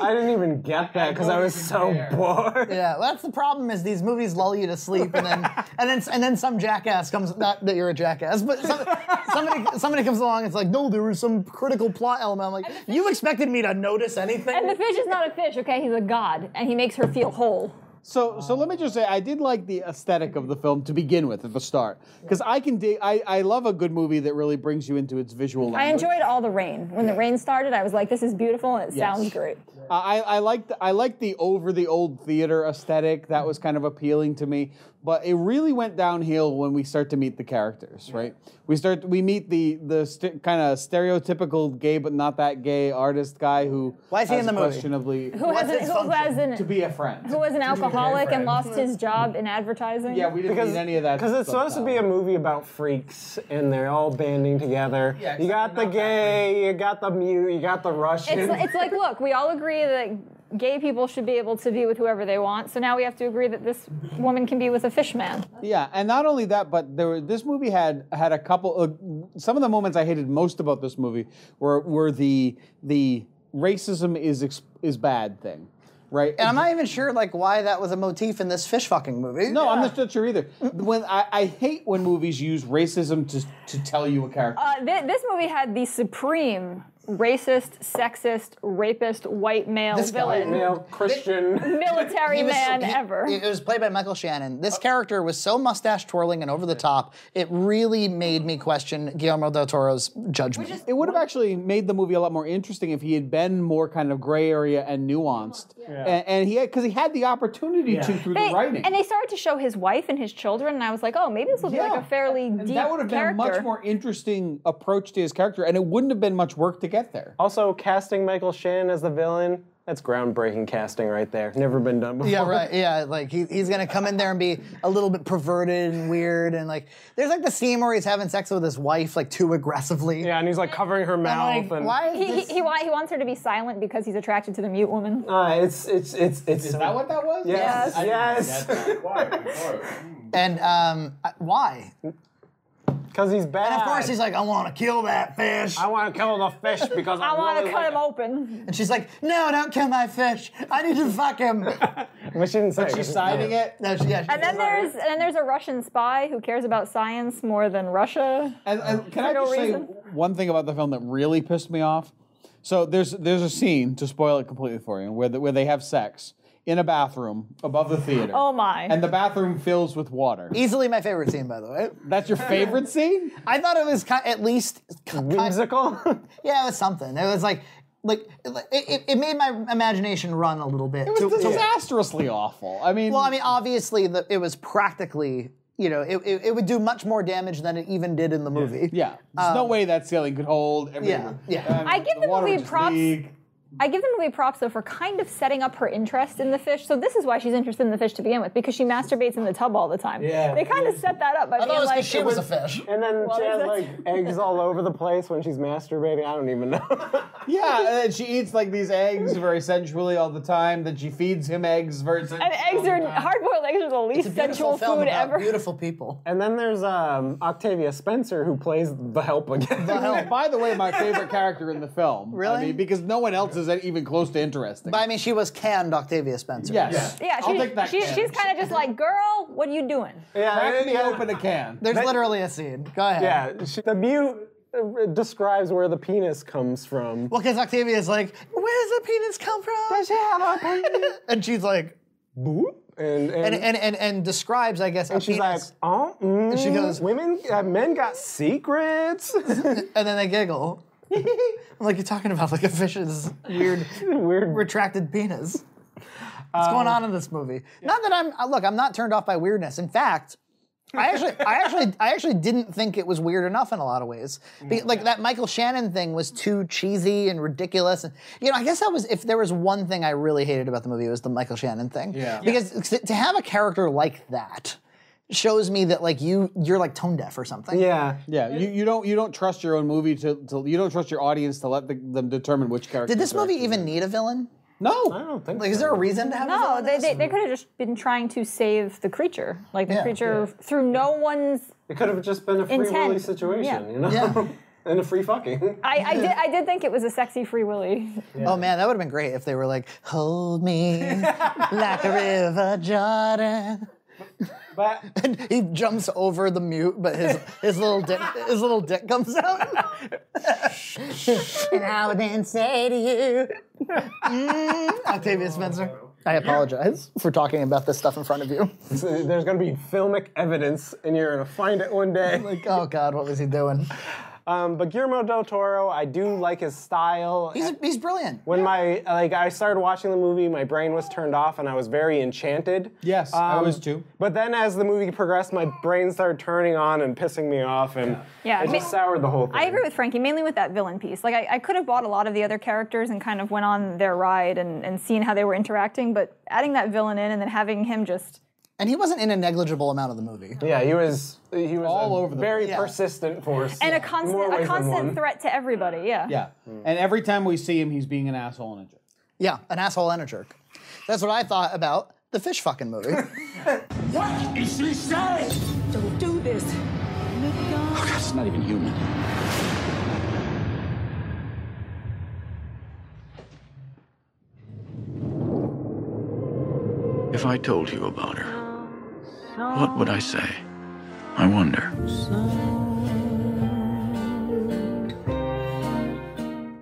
Uh, I didn't even get that because I was so bored. Yeah, well, that's the problem is these movies lull you to sleep, and then and then and then some jackass comes. Not that you're a jackass, but some, somebody somebody comes along. It's like, no, there was some critical plot element. I'm like, you expected me to notice anything? and the fish is not a fish, okay? He's a god. And he makes her feel whole. So, so let me just say, I did like the aesthetic of the film to begin with at the start, because I can dig. I, I love a good movie that really brings you into its visual. I Language. enjoyed all the rain. When the rain started, I was like, this is beautiful and it Yes. sounds great. I, I like the, I like the over the old theater aesthetic that was kind of appealing to me, but it really went downhill when we start to meet the characters, right? We start we meet the the st- kind of stereotypical gay but not that gay artist guy who Why is he has in the movie? questionably Who has, an, who, has an, to be a friend. who was an alcoholic and lost his job in advertising? yeah, we didn't need any of that. Because it's stuff supposed to now. be a movie about freaks, and they're all banding together. Yeah, you got the except they're not that gay, you got the mute, you got the Russian. It's, it's like, look, we all agree that gay people should be able to be with whoever they want. So now we have to agree that this woman can be with a fish man. Yeah, and not only that, but there were, this movie had had a couple. Uh, some of the moments I hated most about this movie were were the the racism is ex, is bad thing, right? and I'm not even sure like why that was a motif in this fish fucking movie. no, I'm not sure either. When I, I hate when movies use racism to to tell you a character. Uh, thi- this movie had the supreme racist, sexist, rapist, white male This guy, villain, male Christian. military He was so- man he- ever. Oh. It was played by Michael Shannon. This character was so mustache twirling and over the top, it really made me question Guillermo del Toro's judgment. it would have actually made the movie a lot more interesting if he had been more kind of gray area and nuanced, and, and he had because he had the opportunity to through They- the writing. and they started to show his wife and his children, and I was like, oh, maybe this will be like a fairly and deep that would have been character. a much more interesting approach to his character and it wouldn't have been much work to get there Oh. Also, casting Michael Shannon as the villain, that's groundbreaking casting right there. Never been done before. Yeah, right. Yeah, like he, he's gonna come in there and be a little bit perverted and weird, and like there's like the scene where he's having sex with his wife like too aggressively. Yeah, and he's like covering her mouth. Like, and why? Is he, he, this? he, wa- he wants her to be silent because he's attracted to the mute woman. Uh, it's it's it's it's. Is that what that was? Yes. Yes. and um, I- why? Because he's bad. And of course he's like, I want to kill that fish. I want to kill the fish because I, I wanna really cut like him open. And she's like, No, don't kill my fish. I need to fuck him. But she didn't say. But she's signing it? No, she- yeah, she and then there's and then there's a Russian spy who cares about science more than Russia. And, and can for I no just say reason. one thing about the film that really pissed me off? So there's there's a scene to spoil it completely for you where the, where they have sex in a bathroom above the theater. Oh, my. And the bathroom fills with water. Easily my favorite scene, by the way. That's your favorite scene? I thought it was ki- at least ki- whimsical. yeah, it was something. It was like, like it, it, it made my imagination run a little bit. It was disastrously awful. I mean, well, I mean, obviously, the, it was practically, you know, it, it, it would do much more damage than it even did in the movie. Yeah, there's no way that ceiling could hold everything. um, yeah. I give the, water would movie just props. leak. I give the movie props though for kind of setting up her interest in the fish. So this is why she's interested in the fish to begin with, because she masturbates in the tub all the time. Yeah. They kind of set that up by being like fish. And then Well, she is has that- like eggs all over the place when she's masturbating. I don't even know. Yeah, and then she eats like these eggs very sensually all the time. Then she feeds him eggs very sensually. Oh, And eggs are hard-boiled eggs are the least sensual food ever. Beautiful people. And then there's um, Octavia Spencer who plays the help again. By the way, my favorite character in the film. Really? I mean, because no one else is even close to interesting. But I mean, she was canned Octavia Spencer. Yes. Yeah, I'll take that she, she, can. she's kind of just like, girl, what are you doing? Crack me open a can. There's literally a scene. Go ahead. Yeah, she, the mute uh, describes where the penis comes from. Well, because Octavia's like, where does the penis come from? Does she have a penis? and she's like, Boop. And and and and, and describes, I guess, And she's like, oh, mm, And she goes- women, uh, men got secrets. and then they giggle. I'm like, you're talking about like a fish's weird, Mm. weird retracted penis. What's Uh, going on in this movie? Not that I'm uh, look, I'm not turned off by weirdness. In fact, I actually, I actually, I actually didn't think it was weird enough in a lot of ways. Mm, Be- like that Michael Shannon thing was too cheesy and ridiculous. And you know, I guess that was if there was one thing I really hated about the movie, it was the Michael Shannon thing. Yeah. Because to- to have a character like that shows me that like you, you're like tone deaf or something. yeah. Yeah, you, you don't you don't trust your own movie to, to you don't trust your audience to let the, them determine which character. Did this movie even need a villain? No. I don't think Like, is there a reason to have a villain No, in they, this? they, they could have just been trying to save the creature. Like, the Yeah, creature, through no one's It could have just been a free Intent. willy situation, Yeah. you know? Yeah. and a free fucking. I, I did I did think it was a sexy free willy. Oh man, that would have been great if they were like, "Hold me like a river Jordan." But And he jumps over the mute, but his his little dick his little dick comes out. and I would then say to you, mm, Octavia Spencer. I apologize for talking about this stuff in front of you. So there's going to be filmic evidence, and you're going to find it one day. Like, oh God, what was he doing? Um, but Guillermo del Toro, I do like his style. He's he's brilliant. when my like I started watching the movie, my brain was turned off and I was very enchanted. Um, Yes, I was too. But then as the movie progressed, my brain started turning on and pissing me off, and Yeah, it I just mean- soured the whole thing. I agree with Frankie, mainly with that villain piece. Like, I, I could have bought a lot of the other characters and kind of went on their ride and, and seen how they were interacting, but adding that villain in and then having him just. And he wasn't in a negligible amount of the movie. Yeah, he was he was All a over the very place. Yeah. persistent force, And a in more constant, ways a than one. constant threat to everybody, yeah. Yeah, and every time we see him, he's being an asshole and a jerk. Yeah, an asshole and a jerk. That's what I thought about the fish fucking movie. What is she saying? Don't do this. Oh, God, it's not even human. If I told you about her, what would I say? I wonder.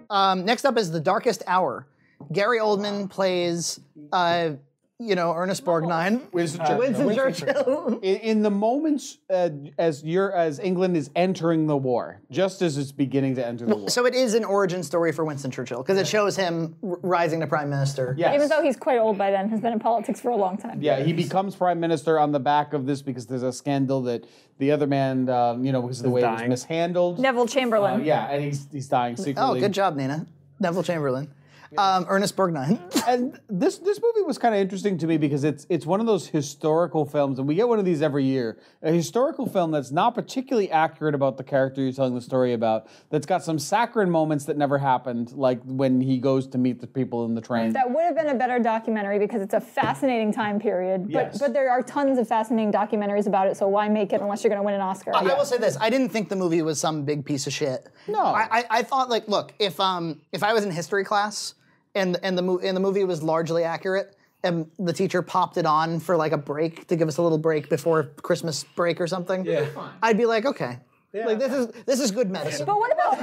Um, next up is The Darkest Hour. Gary Oldman plays, uh, you know, Ernest Borgnine. Winston Churchill. uh, Winston Churchill. in, in the moments uh, as you're as England is entering the war, just as it's beginning to enter the war. so it is an origin story for Winston Churchill because it shows him r- rising to prime minister. yes. Even though he's quite old by then, has been in politics for a long time. yeah, he becomes prime minister on the back of this because there's a scandal that the other man, um, you know, because of the way it was dying. mishandled. Neville Chamberlain. Yeah, and he's he's dying Oh, secretly. good job, Nina. Neville Chamberlain. Um, Ernest Borgnine. and this this movie was kind of interesting to me because it's it's one of those historical films, and we get one of these every year. A historical film that's not particularly accurate about the character you're telling the story about. That's got some saccharine moments that never happened, like when he goes to meet the people in the train. That would have been a better documentary because it's a fascinating time period. Yes. But but there are tons of fascinating documentaries about it, so why make it unless you're going to win an Oscar? I, I will say this: I didn't think the movie was some big piece of shit. No, I, I, I thought like, look, if um if I was in history class and and the mo- and the movie was largely accurate, and the teacher popped it on for like a break to give us a little break before Christmas break or something, yeah. I'd be like, okay, like this is this is good medicine. But what about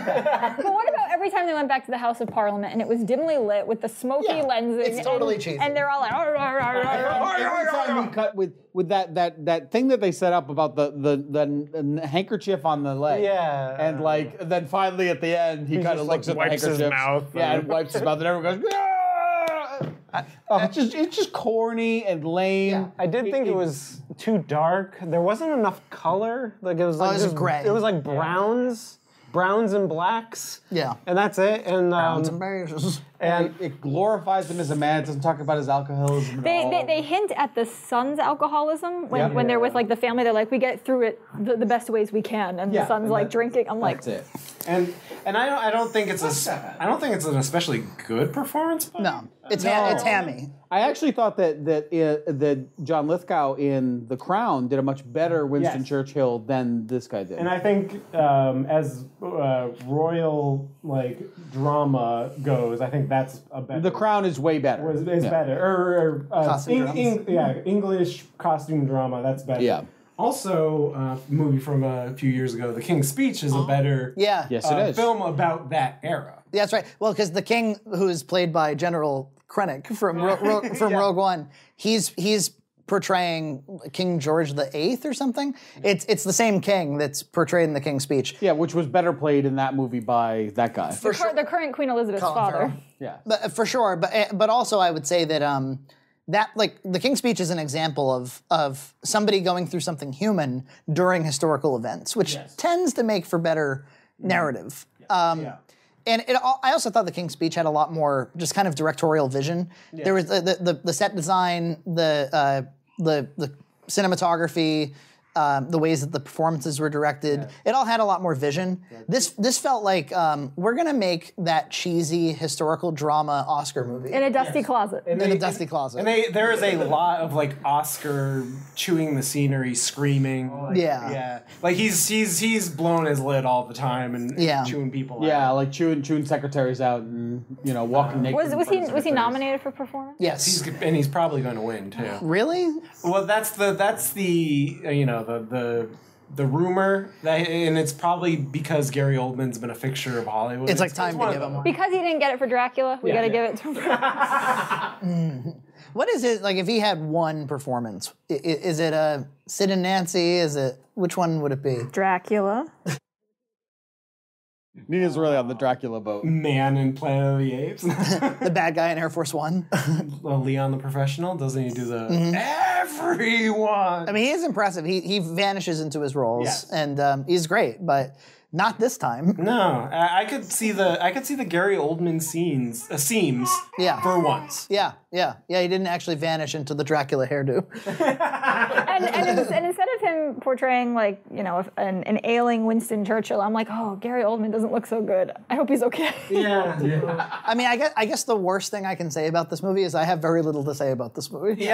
but what about every time they went back to the House of Parliament and it was dimly lit with the smoky lenses? it's totally and, cheesy. And they're all like, "Arr, arr, arr, arr, arr." Every time we cut with with that that that thing that they set up about the the the, n- handkerchief on the leg. Yeah. And like then finally at the end he, He kind of just, looks like, at the wipes his handkerchief. mouth. Yeah, and wipes his mouth and everyone goes. "Yeah!" Oh, it's just it's just corny and lame. I did think it, was too dark. There wasn't enough color. Like it Oh, was like it was just- gray. It was like browns, browns and blacks. Yeah. And that's it. And um, Browns and berries. and It glorifies him as a man. It doesn't talk about his alcoholism. at They, all. they, they hint at the son's alcoholism when, Yeah. when they're with like the family. They're like, we get through it the, the best ways we can, and Yeah, the son's and like that- drinking. I'm like, That's it. and and I don't I don't think it's a s- I don't think it's an especially good performance. But No, it's ha- it's hammy. I actually thought that that uh, that John Lithgow in The Crown did a much better Winston Yes. Churchill than this guy did. And I think um, as uh, royal like drama goes, I think that's a better. the Crown is way better. was, is Yeah. better or, or, uh, Costume Eng- dramas. Eng- yeah English costume drama. That's better. Yeah. Also, uh, movie from a few years ago, The King's Speech is a better Yeah. Uh-huh. Yes, it uh, is. film about that era. Yeah, that's right. Well, because the king, who is played by General Krennic from Ro- Ro- from Rogue One, he's he's portraying King George the Eighth or something. It's it's the same king that's portrayed in the King's Speech. Yeah, which was better played in that movie by that guy. the, cur- the current Queen Elizabeth's Colin father. Farrell. yeah. But uh, for sure, but uh, but also I would say that um that like the King's Speech is an example of of somebody going through something human during historical events, which tends to make for better narrative. Um, And it, al- I also thought the King's Speech had a lot more just kind of directorial vision. There was the, the, the, the set design, the uh, the the cinematography, um, the ways that the performances were directed. It all had a lot more vision. This this felt like um, we're gonna make that cheesy historical drama Oscar movie In a dusty closet. in the dusty closet. And they, there is a lot of like Oscar chewing the scenery, screaming. like, Yeah. yeah. Like he's he's he's blown his lid all the time and, and Yeah. chewing people. Yeah, out. like chewing chewing secretaries out and you know walking naked. Was in was front he of was he secretaries. nominated for performance? yes. He's, and he's probably going to win too. Really? Well, that's the that's the uh, you know the the the rumor that and it's probably because Gary Oldman's been a fixture of Hollywood. It's like time to one give of him them. Because he didn't get it for Dracula, we got to give it to him. What is it like if he had one performance? i- i- Is it a Sid and Nancy? Is it which one would it be? Dracula. Nina's really on the Dracula boat. Man in Planet of the Apes. The bad guy in Air Force One. Well, Leon the Professional doesn't he do the Mm-hmm. everyone? I mean, he is impressive. He he vanishes into his roles, Yes. and um, he's great, but not this time. No, I, I could see the I could see the Gary Oldman scenes uh, seams Yeah. for once. Yeah, yeah, yeah. He didn't actually vanish into the Dracula hairdo. and, and, ins- and instead of him portraying like you know an, an ailing Winston Churchill, I'm like, oh, Gary Oldman doesn't look so good. I hope he's okay. Yeah, yeah. I mean, I guess I guess the worst thing I can say about this movie is I have very little to say about this movie.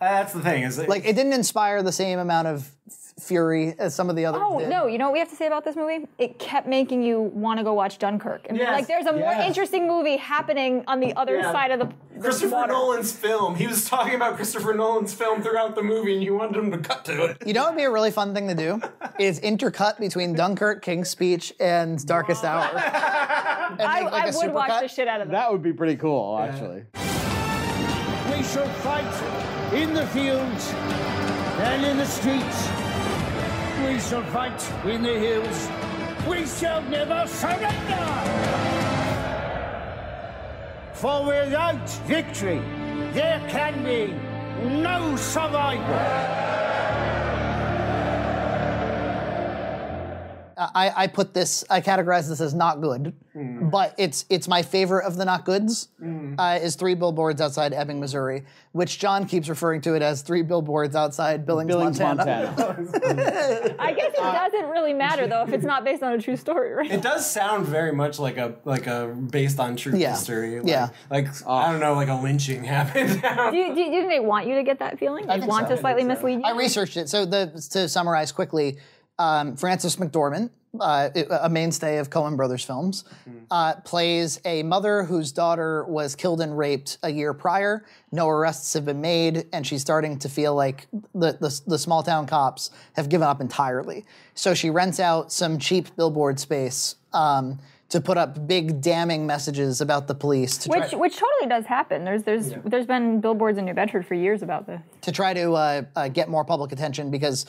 That's the thing is like it didn't inspire the same amount of f- fury as some of the others. Oh did. no! You know what we have to say about this movie? It kept making you want to go watch Dunkirk, and be Yes. like, there's a more Yeah. interesting movie happening on the other Yeah. side of the. the Christopher water. Nolan's film. He was talking about Christopher Nolan's film throughout the movie, and you wanted him to cut to it. You know what would be a really fun thing to do? is intercut between Dunkirk, King's Speech, and Darkest Hour. And I, make, like, I a would watch supercut. the shit out of that. That would be pretty cool, actually. We shall fight in the fields and in the streets. We shall fight in the hills. We shall never surrender. For without victory, there can be no survival. Uh, yeah, I, I put this. I categorize this as not good, but it's it's my favorite of the not goods. Uh, is three billboards outside Ebbing, Missouri, which John keeps referring to it as three billboards outside Billings, Billings, Montana. I guess it doesn't really matter though if it's not based on a true story, right? It does sound very much like a like a based on true Yeah. history. Like, Yeah. Like I don't know, like a lynching happened. do, you, do, you, do you think they want you to get that feeling? They think want so. to slightly mislead you. I researched it. So the to summarize quickly, um, Francis McDormand, uh, a mainstay of Coen Brothers films, uh, plays a mother whose daughter was killed and raped a year prior. No arrests have been made, and she's starting to feel like the the, the small town cops have given up entirely. So she rents out some cheap billboard space. Um, to put up big damning messages about the police to Which try which totally does happen. There's there's there's been billboards in New Bedford for years about this. to try to uh, uh, get more public attention because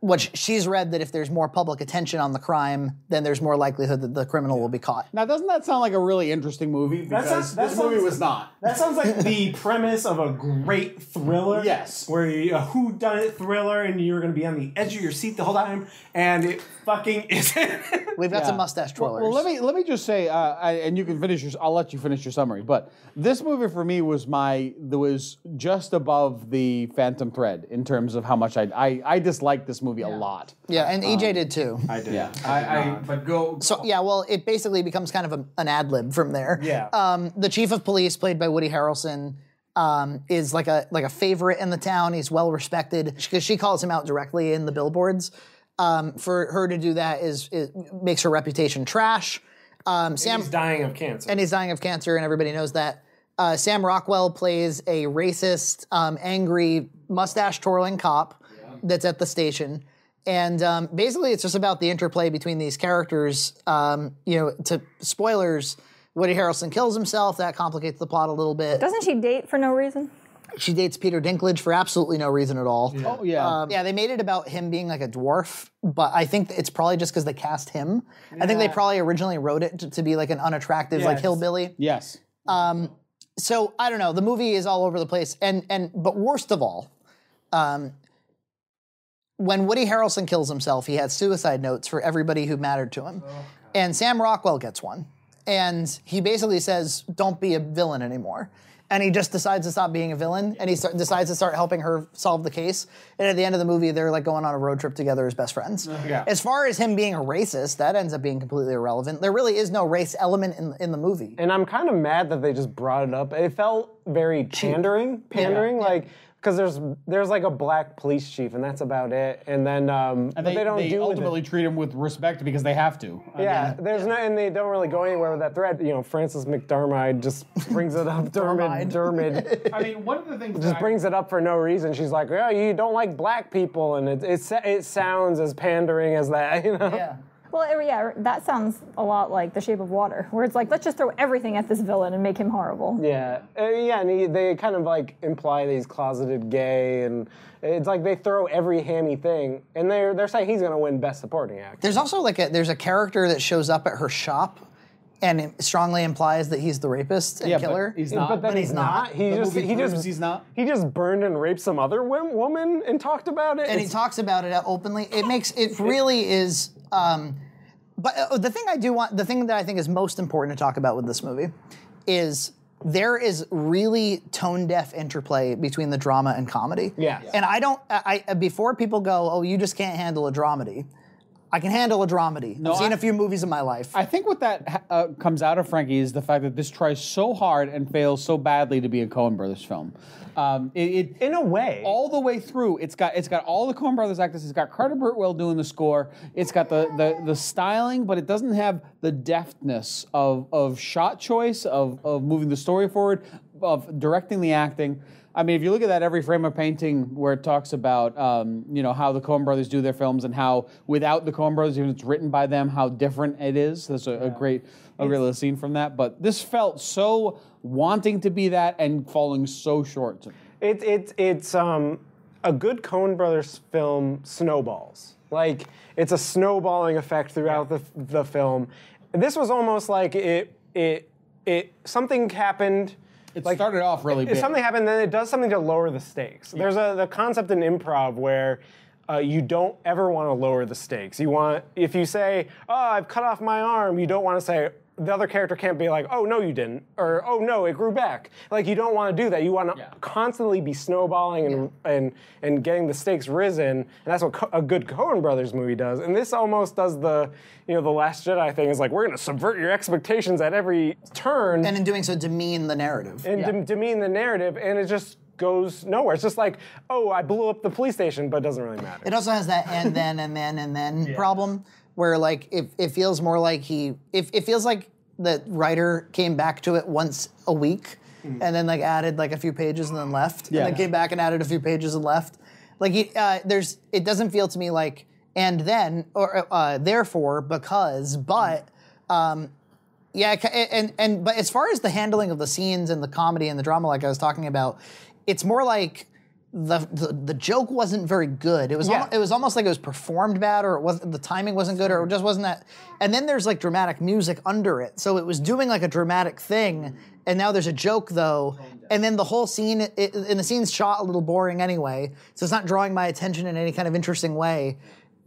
what sh- she's read that if there's more public attention on the crime, then there's more likelihood that the criminal will be caught. Now, doesn't that sound like a really interesting movie? That Because sounds- that this movie sounds- was not. That sounds like the premise of a great thriller. Yes. Where you, a who done it thriller and you're going to be on the edge of your seat the whole time and it fucking isn't. We've got some Yeah. mustache Well- twirlers. Well, let me let me just say, uh, I, and you can finish your. I'll let you finish your summary. But this movie for me was my that was just above the Phantom Thread in terms of how much I I, I disliked this movie a lot. yeah, and EJ did too. Um, I did. Yeah. I, I but go. So yeah, well, it basically becomes kind of a, an ad lib from there. Yeah. Um, the chief of police, played by Woody Harrelson, um, is like a like a favorite in the town. He's well respected because she calls him out directly in the billboards. Um, for her to do that is, is makes her reputation trash. Um, Sam he's dying of cancer. and he's dying of cancer, and everybody knows that. Uh, Sam Rockwell plays a racist, um, angry, mustache twirling cop that's at the station. And um, basically, it's just about the interplay between these characters. Um, you know, to spoilers, Woody Harrelson kills himself. That complicates the plot a little bit. Doesn't she date for no reason? She dates Peter Dinklage for absolutely no reason at all. Oh yeah. Um, yeah, they made it about him being like a dwarf, but I think it's probably just because they cast him. I think they probably originally wrote it to, to be like an unattractive, like Yes. hillbilly. Yes. Um, so I don't know. The movie is all over the place, and and but worst of all, um, when Woody Harrelson kills himself, he had suicide notes for everybody who mattered to him, and Sam Rockwell gets one, and he basically says, "Don't be a villain anymore." And he just decides to stop being a villain, and he start, decides to start helping her solve the case. And at the end of the movie, they're like going on a road trip together as best friends. Yeah. As far as him being a racist, that ends up being completely irrelevant. There really is no race element in in the movie. And I'm kind of mad that they just brought it up. It felt very pandering, pandering, like because there's there's like a black police chief, and that's about it. And then um, but And they, don't they do ultimately treat him with respect because they have to. It. Yeah, there's no, and they don't really go anywhere with that thread. You know, Francis McDermide just brings it up, Dermid, Dermid. I mean, one of the things that Just I- brings it up for no reason. She's like, "Yeah, you don't like black people," and it it, sa- it sounds as pandering as that, you know. Yeah. Well, it- yeah, er, that sounds a lot like The Shape of Water, where it's like let's just throw everything at this villain and make him horrible. Yeah, Uh, yeah, and he, they kind of like imply that he's closeted gay, and it's like they throw every hammy thing, and they're they're saying he's gonna win Best Supporting Actor. There's also like a there's a character that shows up at her shop and it strongly implies that he's the rapist and Yeah, but killer. he's not. But then he's not. He The just- movie he just- proves he's not. He just burned and raped some other wom- woman and talked about it. And he It's- talks about it openly. It makes it really is. Um, but uh, the thing I do want, the thing that I think is most important to talk about with this movie, is there is really tone deaf interplay between the drama and comedy. Yeah. And I don't. I, I before people go, oh, you just can't handle a dramedy. I can handle a dramedy. I've seen a few movies in my life. I think what that uh, comes out of Frankie is the fact that this tries so hard and fails so badly to be a Coen Brothers film. Um, it, in a way, all the way through, it's got it's got all the Coen Brothers actors. It's got Carter Burtwell doing the score. It's got the the, the styling, but it doesn't have the deftness of of shot choice of of moving the story forward, of directing the acting. I mean, if you look at that every frame of painting where it talks about, um, you know, how the Coen Brothers do their films and how without the Coen Brothers, even if it's written by them, how different it is. That's a, a great, a real scene from that. But this felt so wanting to be that and falling so short. It, it, it's um, a good Coen Brothers film snowballs. Like, it's a snowballing effect throughout the, the film. This was almost like it, it, it something happened. It started off really If big. Something happened, then it does something to lower the stakes. There's a the concept in improv where uh, you don't ever want to lower the stakes. You want if you say, "Oh, I've cut off my arm," you don't want to say the other character can't be like, "Oh no, you didn't," or "Oh no, it grew back." Like you don't want to do that. You want to constantly be snowballing and and and getting the stakes risen, and that's what co- a good Coen Brothers movie does. And this almost does the you know the Last Jedi thing is like we're going to subvert your expectations at every turn, and in doing so, demean the narrative. and dem- demean the narrative, and it just goes nowhere. It's just like, "Oh, I blew up the police station," but it doesn't really matter. It also has that and then and then and then problem where like it, it feels more like he if it feels like the writer came back to it once a week and then like added like a few pages and then left Yeah. and then came back and added a few pages and left like he, uh, there's it doesn't feel to me like and then or uh, therefore because but um, yeah, ca- and and but as far as the handling of the scenes and the comedy and the drama, like I was talking about, it's more like the the, the joke wasn't very good. It was Yeah. almo- it was almost like it was performed bad, or it was the timing wasn't good, or it just wasn't that. And then there's like dramatic music under it, so it was doing like a dramatic thing, and now there's a joke though, and then the whole scene it, it- and the scene's shot a little boring anyway, so it's not drawing my attention in any kind of interesting way.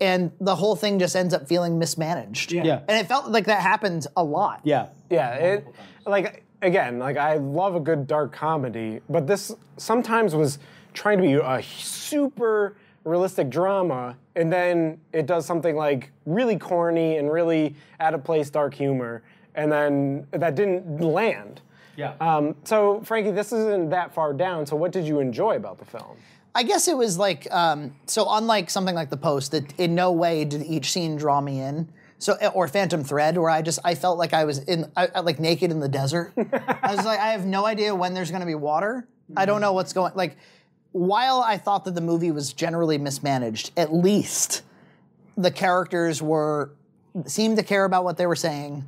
And the whole thing just ends up feeling mismanaged. Yeah. Yeah. And it felt like that happened a lot. Yeah. Yeah, it like again, like I love a good dark comedy, but this sometimes was trying to be a super realistic drama and then it does something like really corny and really out of place dark humor and then that didn't land. Yeah. Um, so Frankie, this isn't that far down. So what did you enjoy about the film? I guess it was like um, so. Unlike something like The Post, that in no way did each scene draw me in. So eh, or Phantom Thread, where I just I felt like I was in I, I- like naked in the desert. I was like I have no idea when there's going to be water. I don't know what's going like. While I thought that the movie was generally mismanaged, at least the characters were seemed to care about what they were saying.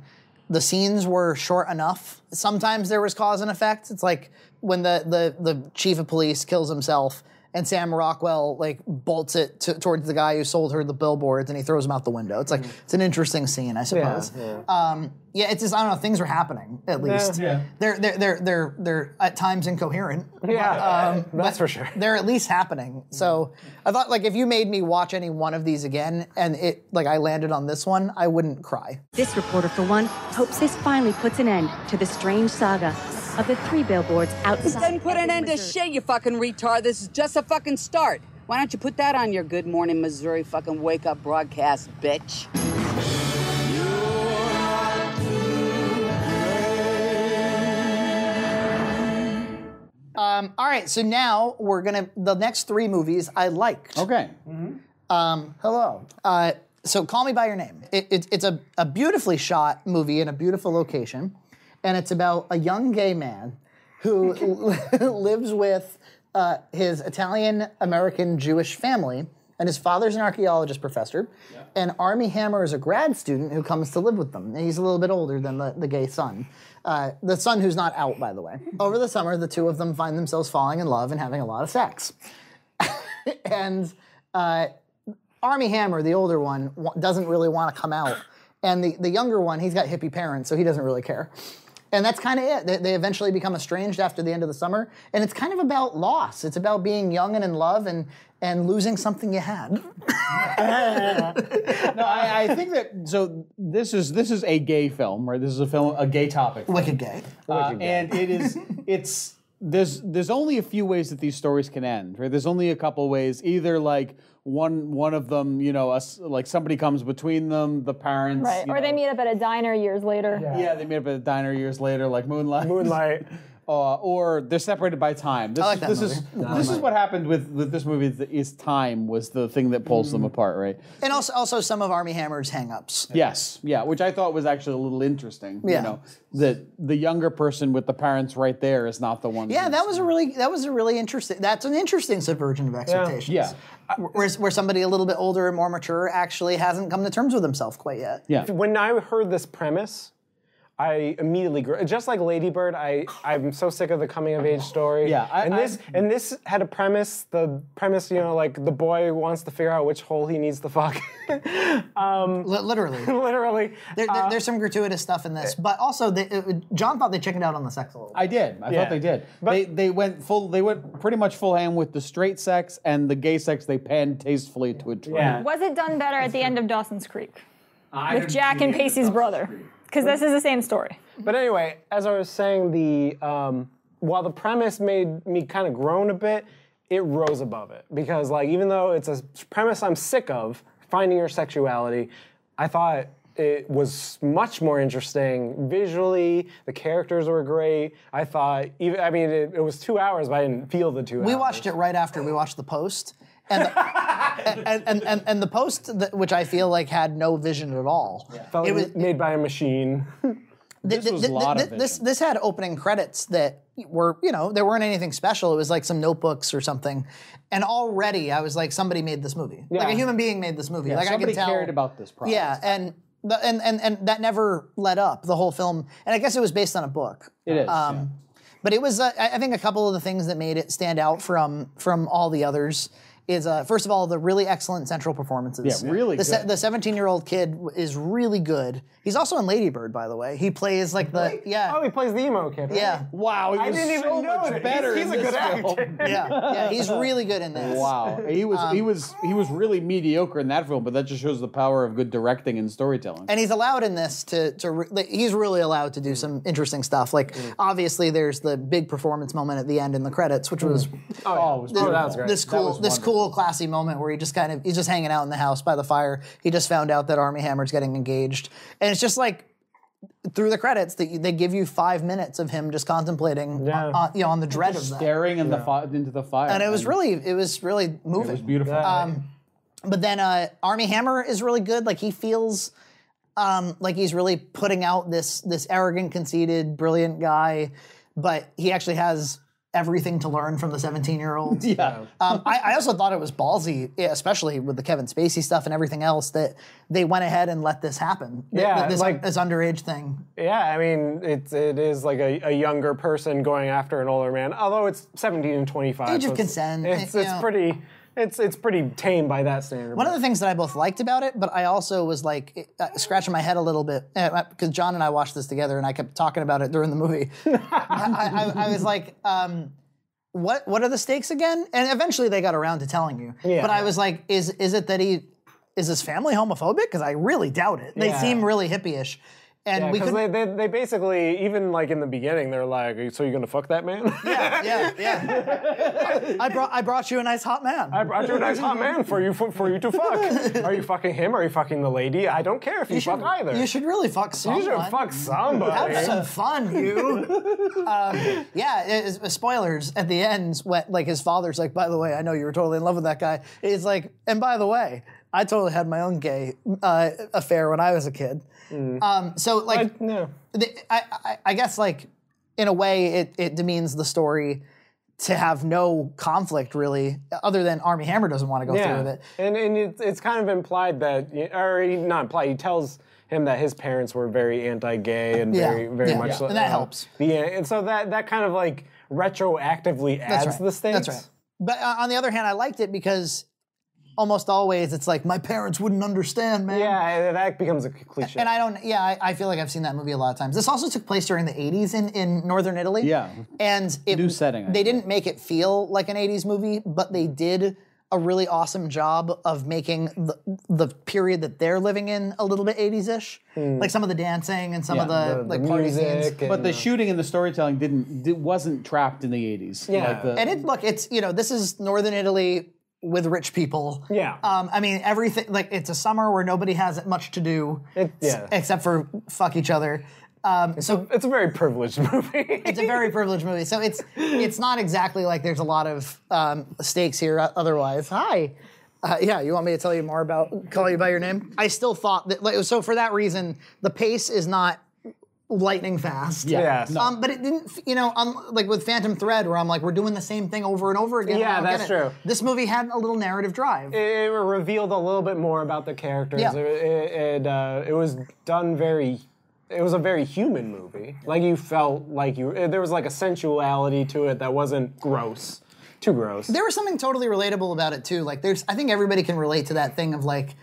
The scenes were short enough. Sometimes there was cause and effect. It's like when the the, the chief of police kills himself and Sam Rockwell like bolts it to, towards the guy who sold her the billboards and he throws him out the window. It's like it's an interesting scene, I suppose. Mm-hmm. yeah. Um, yeah, it's just I don't know. Things were happening at Yeah, least. yeah. They're they're they're they're they're at times incoherent. Yeah, um, that's for sure. They're at least happening. So I thought like if you made me watch any one of these again and it like I landed on this one, I wouldn't cry. This reporter, for one, hopes this finally puts an end to the strange saga of the three billboards This outside. doesn't put an end to shit, you fucking retard. This is just a fucking start. Why don't you put that on your Good Morning Missouri fucking wake up broadcast, bitch? Um, all right, so now we're gonna the next three movies I liked. Okay. Um, hello. Uh, so call me by your name. It, it, it's a, a beautifully shot movie in a beautiful location, and it's about a young gay man who lives with uh, his Italian American Jewish family, and his father's an archaeologist professor, and Army Hammer is a grad student who comes to live with them. And he's a little bit older than the, the gay son. Uh, the son who's not out, by the way. Over the summer, the two of them find themselves falling in love and having a lot of sex. and uh, Army Hammer, the older one, wa- doesn't really want to come out, and the, the younger one, he's got hippie parents, so he doesn't really care. And that's kind of it. They, they eventually become estranged after the end of the summer, and it's kind of about loss. It's about being young and in love and and losing something you had. no, I, I think that so. This is this is a gay film, right? This is a film, a gay topic, wicked gay, uh, and it is it's there's there's only a few ways that these stories can end, right? There's only a couple ways, either like one one of them, you know, us like somebody comes between them, the parents, Right. you Or they meet up at a diner years later. Yeah, they meet up at a diner years later, like Moonlight. Moonlight. Uh, or they're separated by time. This, I like is- this that movie. is No, this I is what happened with, with this movie. Is, is time was the thing that Mm-hmm. pulls them apart, right? and also also some of Army Hammer's hangups. Yes, yeah, which I thought was actually a little interesting. Yeah. You know, that the younger person with the parents right there is not the one. Yeah, that was a really that was a really interesting. That's an interesting subversion of expectations. Yeah. Where, where somebody a little bit older and more mature actually hasn't come to terms with himself quite yet. When I heard this premise, I immediately grew just like Lady Bird. I I'm so sick of the coming of age story. Yeah, I- and this I- and this had a premise. The premise, you know, like the boy wants to figure out which hole he needs to fuck. um, literally, literally. There, there- there's some gratuitous stuff in this, but also they, uh, John thought they chickened out on the sex a little. I did. I Yeah. thought they did. they they went full. They went pretty much full ham with the straight sex and the gay sex. They panned tastefully to a tree. Was it done better at the end of Dawson's Creek I with don't Jack see the and end of Pacey's brother? Because this is the same story. But anyway, as I was saying, the um, while the premise made me kind of groan a bit, it rose above it because like even though it's a premise I'm sick of, finding your sexuality, I thought it was much more interesting visually. The characters were great. I thought even I mean it, it was two hours, but I didn't feel the two We hours. watched it right after we watched the post, and the, and, and, and, and the post, that, which I feel like had no vision at all. Felt It like was made by a machine. This was a lot of this this had opening credits that were you know there weren't anything special. It was like some notebooks or something, and already I was like somebody made this movie. Like a Yeah. human being made this movie. Yeah, like I somebody could tell. cared about this project. Yeah, and. The, and, and and that never let up the whole film, and I guess it was based on a book. Um, It is, yeah. but it was uh, I I think a couple of the things that made it stand out from from all the others is uh, first of all the really excellent central performances. Yeah, really The se- good. the 17 year old kid w- is really good. He's also in Ladybird, by the way. He plays like the yeah. Oh, he plays the emo kid. right? Yeah. Wow, he I was didn't even so know much that. better He's, he's in a this good actor. film. Yeah, yeah, he's really good in this. Wow, he was he Um, was he was really mediocre in that film, but that just shows the power of good directing and storytelling. and he's allowed in this to to re- like, he's really allowed to do some interesting stuff. Like Mm. obviously, there's the big performance moment at the end in the credits, which was Oh, yeah. it was this, beautiful. this That cool was this cool classy moment where he just kind of he's just hanging out in the house by the fire. He just found out that Army Hammer's getting engaged, and it's just like through the credits that you- they give you five minutes of him just contemplating on, on- you know on the dread of Just that. staring in the fi- into the fire, and it was really it was really moving. it was beautiful. Um, but then uh, Army Hammer is really good. Like he feels um, like he's really putting out this this arrogant, conceited, brilliant guy, but he actually has everything to learn from the 17 year old. Yeah. Um, I, I also thought it was ballsy, yeah, especially with the Kevin Spacey stuff and everything else, that they went ahead and let this happen. Th- Yeah, th- this, like- this underage thing. Yeah, I mean, it's it is like a, a younger person going after an older man. Although it's seventeen and twenty five. Age of it's, consent, It's you it's know. pretty it's it's pretty tame by that standard. One of the things that I both liked about it, but I also was like uh, scratching my head a little bit because John and I watched this together, and I kept talking about it during the movie. I, I, I was like, um, "What? What are the stakes again?" And eventually, they got around to telling you. Yeah. But I was like, "Is is it that he is his family homophobic?" Because I really doubt it. They Yeah. seem really hippie-ish, and yeah, we 'cause could. they, they, they basically even like in the beginning they're like, so you're gonna fuck that man? yeah, yeah, yeah. I brought I brought you a nice hot man. I brought you a nice hot man for you for, for you to fuck. Are you fucking him? Are you fucking the lady? I don't care if you, You should- fuck either. you should really fuck You should someone. fuck somebody. Have some fun, you. um, yeah, it is- spoilers at the end. When, like his father's like, by the way, I know you were totally in love with that guy. He's like, and by the way, I totally had my own gay uh, affair when I was a kid. Um, so like, no. I, I I guess like in a way it it demeans the story to have no conflict really, other than Army Hammer doesn't want to go through with it. And and it's it's kind of implied that, or he- not implied. He tells him that his parents were very anti-gay and Yeah, very very yeah, much. so- and that helps. Yeah, and so that that kind of like retroactively adds right. the stakes. That's right. But uh, on the other hand, I liked it because almost always it's like my parents wouldn't understand, man. Yeah, that becomes a cliche. And I don't. Yeah, I, I feel like I've seen that movie a lot of times. This also took place during the '80s in in northern Italy. Yeah. and it, New setting, I They didn't make it feel like an '80s movie, but they did a really awesome job of making the, the period that they're living in a little bit 80s-ish. Hmm. Like some of the dancing and some of Yeah. the, like party scenes. but the shooting and the storytelling didn't di- wasn't trapped in the eighties. Yeah, like the, and it look, it's you know, this is northern Italy with rich people. Yeah. Um, I mean, everything like it's a summer where nobody has much to do, yeah. s- except for fuck each other. Um, so it's a very privileged movie. it's a very privileged movie. So it's it's not exactly like there's a lot of um, stakes here. o- Otherwise, hi. Uh, yeah, you want me to tell you more about call you by your name? I still thought that. Like, so for that reason, the pace is not lightning fast. Yeah, Yes. no. Um, but it didn't. f- You know, um, like with Phantom Thread, where I'm like, we're doing the same thing over and over again. Yeah, I don't get that's it. true. This movie had a little narrative drive. it, it revealed a little bit more about the characters. Yeah. It, it, it, uh, it was done very it was a very human movie. Like you felt like you eh, there was like a sensuality to it that wasn't gross, too gross. There was something totally relatable about it too. Like there's I think everybody can relate to that thing of like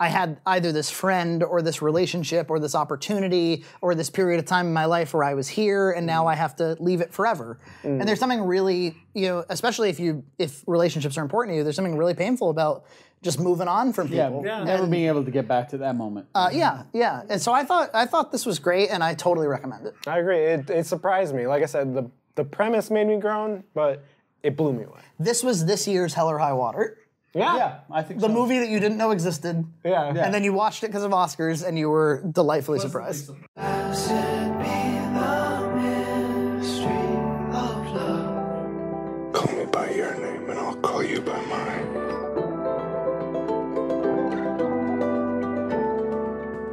I had either this friend or this relationship or this opportunity or this period of time in my life where I was here and now I have to leave it forever. Mm. And there's something really, you know, especially if you if relationships are important to you, there's something really painful about just moving on from Yeah, people. never And- being able to get back to that moment. uh, yeah, yeah. And so I thought I thought this was great, and I totally recommend it. I agree. It, it surprised me. Like I said, the the premise made me groan, but it blew me away. This was this year's Hell or High Water. Yeah, I think uh, the movie that you didn't know existed. Yeah, and then you watched it because of Oscars, and you were delightfully surprised. Call me by your name and I'll call you by mine.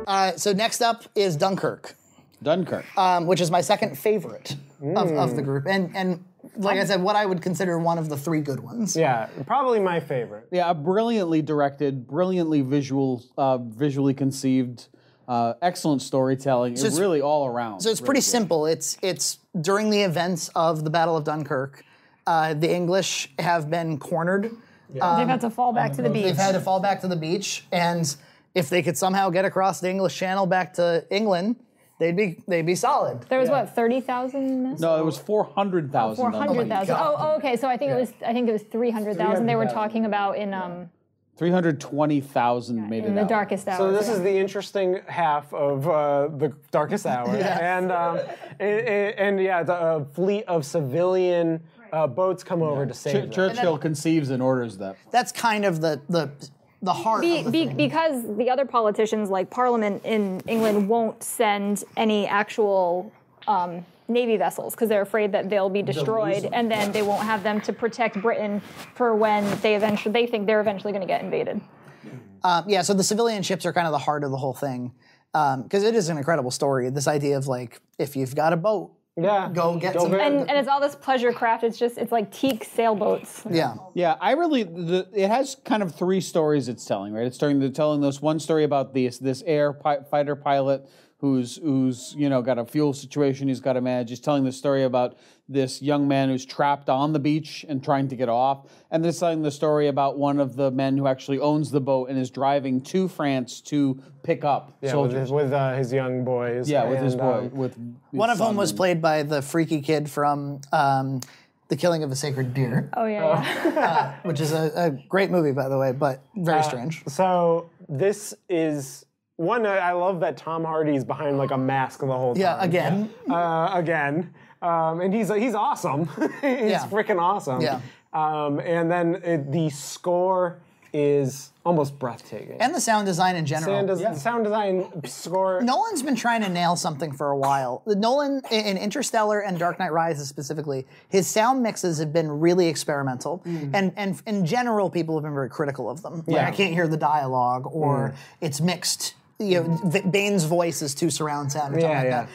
Uh, so next up is Dunkirk, Dunkirk. um, which is my second favorite of, of the group, and and like I said, what I would consider one of the three good ones. Yeah, probably my favorite. Yeah, a brilliantly directed, brilliantly visual, uh, visually conceived, uh, excellent storytelling. So it's it's- really all around. So it's really pretty simple. It's it's during the events of the Battle of Dunkirk, uh, the English have been cornered. Yeah. They've had to fall back to the beach. They've had to fall back to the beach, and if they could somehow get across the English Channel back to England, they'd be they'd be solid. There was what thirty thousand. No, it was four hundred thousand. Four hundred thousand. Oh, oh, okay. So I think it was. I think it was three hundred thousand. They were 300,000, talking about in um Three hundred twenty thousand made in it the out. darkest hour. So this is the interesting half of uh, the darkest hour, Yes. and um, i- i- and yeah, the uh, fleet of civilian uh, boats come over to save Ch- them. Churchill conceives and orders that. That's kind of the the the heart. Be, be, because the other politicians, like Parliament in England, won't send any actual um, Navy vessels because they're afraid that they'll be They'll lose destroyed, them. and then they won't have them to protect Britain for when they eventually they think they're eventually going to get invaded. Um, yeah, so the civilian ships are kind of the heart of the whole thing because it is an incredible story. This idea of like if you've got a boat, yeah, go get some. and, and it's all this pleasure craft. It's just it's like teak sailboats. Yeah. Yeah, I really. The, it has kind of three stories it's telling, right? It's telling the telling this one story about this this air pi- fighter pilot who's who's you know got a fuel situation he's got to manage. He's telling the story about this young man who's trapped on the beach and trying to get off, and then it's telling the story about one of the men who actually owns the boat and is driving to France to pick up Yeah, with, soldiers. his, with uh, his young boys. yeah, with his and, boy, um, with One of whom was played by the freaky kid from um, The Killing of a Sacred Deer. Oh yeah. Uh, which is a, a great movie, by the way, but very Uh, strange. So this is one. I I love that Tom Hardy's behind like a mask the whole time. Yeah, again. Uh, again, um, and he's he's awesome. he's Yeah. freaking awesome. Yeah. Um, and then it, the score is almost breathtaking. And the sound design in general. Sound des- sound design score. Nolan's been trying to nail something for a while. Nolan in in Interstellar and Dark Knight Rises specifically, his sound mixes have been really experimental, and and in general, people have been very critical of them. Like Mm. Yeah. Mm. I can't hear the dialogue, or it's mixed. You know, V- Bane's voice is too surround sound or something Yeah, like yeah. that.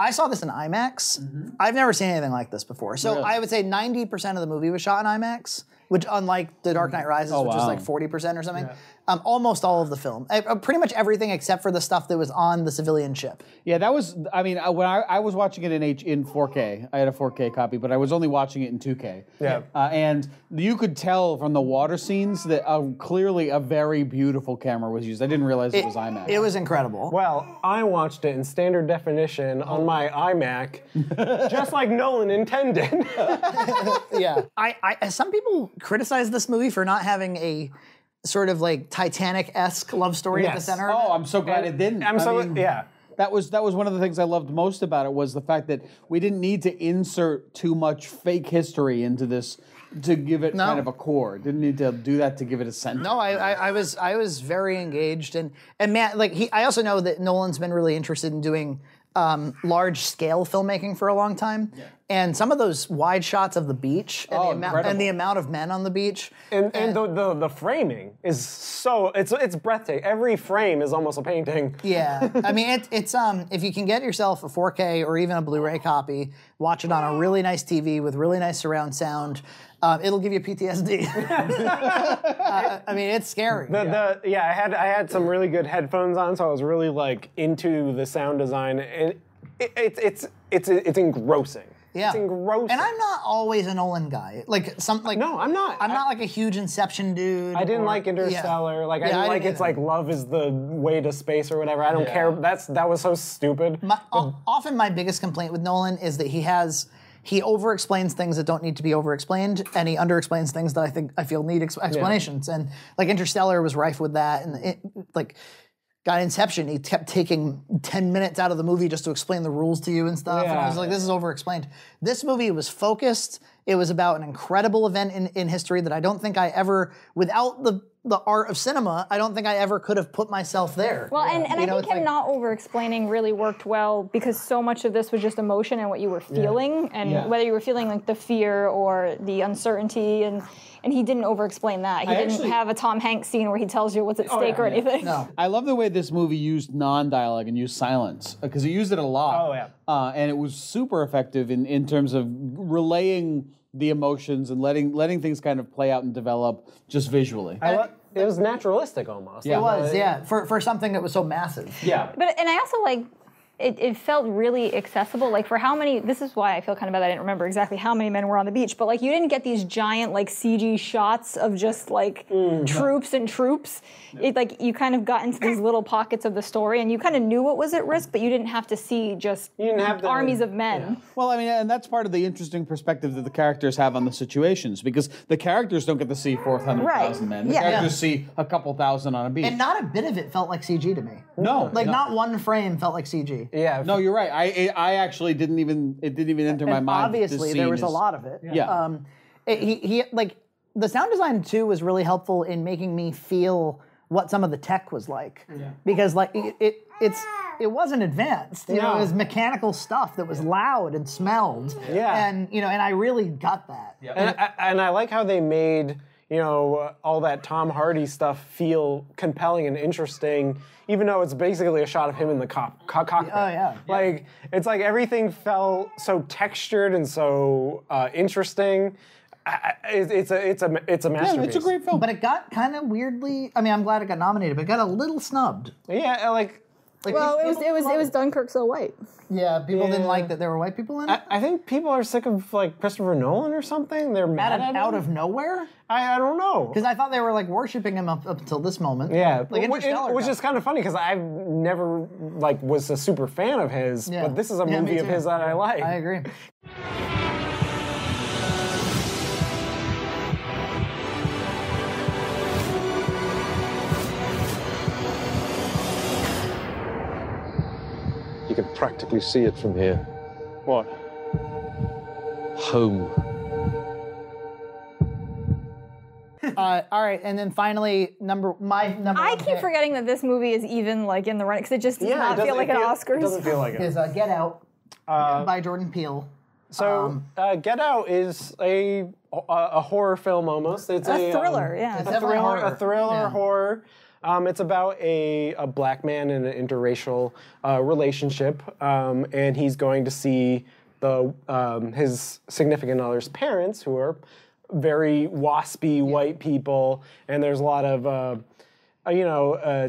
I saw this in IMAX. Mm-hmm. I've never seen anything like this before. So Really? I would say 90% of the movie was shot in IMAX, which unlike The Dark Knight Rises, Oh, which was wow. like 40% or something, um, almost all of the film. Uh, uh, pretty much everything except for the stuff that was on the civilian ship. Yeah, that was. I mean, I- when I, I was watching it in H in 4K, I had a 4K copy, but I was only watching it in 2K. Yeah. Uh, and you could tell from the water scenes that uh, clearly a very beautiful camera was used. I didn't realize it, was IMAX. was incredible. Well, I watched it in standard definition on my iMac, just like Nolan intended. yeah. I, I some people criticize this movie for not having a sort of like Titanic esque love story at the Yes. center. of Oh, I'm so glad it didn't. I'm so- yeah. That was that was one of the things I loved most about it was the fact that we didn't need to insert too much fake history into this to give it kind of a core. Didn't need to do that to give it a sense. No, I, I, I was I was very engaged and and man, like he, I also know that Nolan's been really interested in doing um, large scale filmmaking for a long time, And some of those wide shots of the beach and, Oh, the, amount, incredible. and the amount of men on the beach. And, and the, the the framing is so it's it's breathtaking. Every frame is almost a painting. Yeah, I mean it, it's um if you can get yourself a 4K or even a Blu-ray copy, watch it on a really nice TV with really nice surround sound. Um, it'll give you PTSD. Uh, I mean, it's scary. The, yeah. The, yeah, I had I had some really good headphones on, so I was really like into the sound design, and it, it, it's it's it's engrossing. Yeah, it's engrossing. And I'm not always an Nolan guy. Like some like no, I'm not. I'm not like a huge Inception dude. I didn't or- like yeah. Interstellar. Like I Yeah, didn't like either. it's like love is the way to space or whatever. I don't Yeah. care. That's that was so stupid. o- often my biggest complaint with Nolan is that he has he over explains things that don't need to be over explained and he under explains things that I think I feel need ex- explanations and like Interstellar was rife with that and it, like got Inception he kept taking 10 minutes out of the movie just to explain the rules to you and stuff and I was Yeah. like this is over explained this movie was focused it was about an incredible event in, in history that I don't think I ever without the the art of cinema I don't think I ever could have put myself there Well, and, and You I know, think it's him like- not over explaining really worked well because so much of this was just emotion and what you were feeling and Yeah. whether you were feeling like the fear or the uncertainty and and he didn't over explain that. He I didn't actually- have a Tom Hanks scene where he tells you what's at Oh, stake or anything. I love the way this movie used non-dialogue and used silence because it used it a lot. Oh yeah, uh, and it was super effective in in terms of relaying the emotions and letting letting things kind of play out and develop just visually. I lo- it was naturalistic almost. Yeah. It was, yeah, for, for something that was so massive. Yeah. But and I also like it, it felt really accessible. Like for how many this is why I feel kind of bad I didn't remember exactly how many men were on the beach, but like you didn't get these giant like CG shots of just like Mm, troops and troops. It like you kind of got into these little pockets of the story and you kind of knew what was at risk, but you didn't have to see just armies of men. Well, I mean, and that's part of the interesting perspective that the characters have on the situations because the characters don't get to see four hundred thousand Right. men. The Yeah. characters see a couple thousand on a beach. And not a bit of it felt like CG to me. No, Like no. not one frame felt like CG. Yeah. No, you're right. I I- I actually didn't even it didn't even enter my And mind. that this Obviously, there scene was a is- lot of it. Yeah. Um, it- he, he like the sound design too was really helpful in making me feel what some of the tech was like because like it, it it's it wasn't advanced. You know, No. it was mechanical stuff that was loud and smelled. Yeah. And you know, and I really got that. And, I, and I like how they made you know uh, all that Tom Hardy stuff feel compelling and interesting, even though it's basically a shot of him in the cop, co- cockpit. Oh yeah. Like it's like everything felt so textured and so uh, interesting. I, I- it's, it's a it's a it's a masterpiece. film. But it got kind of weirdly. I mean, I'm glad it got nominated, but it got a little snubbed. Yeah, like. well, it was it was it was Dunkirk so white. Yeah, people didn't like that there were white people in it. I think people are sick of like Christopher Nolan or something. They're mad out at of, him. out of nowhere? I, I don't know. Because I thought they were like worshiping him up, up until this moment. Yeah, Like wh- it- Interstellar. which is kind of funny because I've never like was a super fan of his, Yeah. but this is a Yeah, me movie of too. his that I like. I agree. You can practically see it from here. What? Home. uh, all right, and then finally, number my number. I one keep pick forgetting that this movie is even like in the run because it just does Yeah, it not feel doesn't like an feel- Oscars. it doesn't feel like it. Is, uh, Get Out Uh, by Jordan Peele. So Um, uh, Get Out is a a, a horror film almost. It's A a, um, thriller, yeah. It's a definitely thriller, horror. a thriller Yeah. horror. Um, it's about a, a black man in an interracial uh, relationship, um, and he's going to see the um, his significant other's parents, who are very waspy white people, and there's a lot of uh, uh, you know. Uh,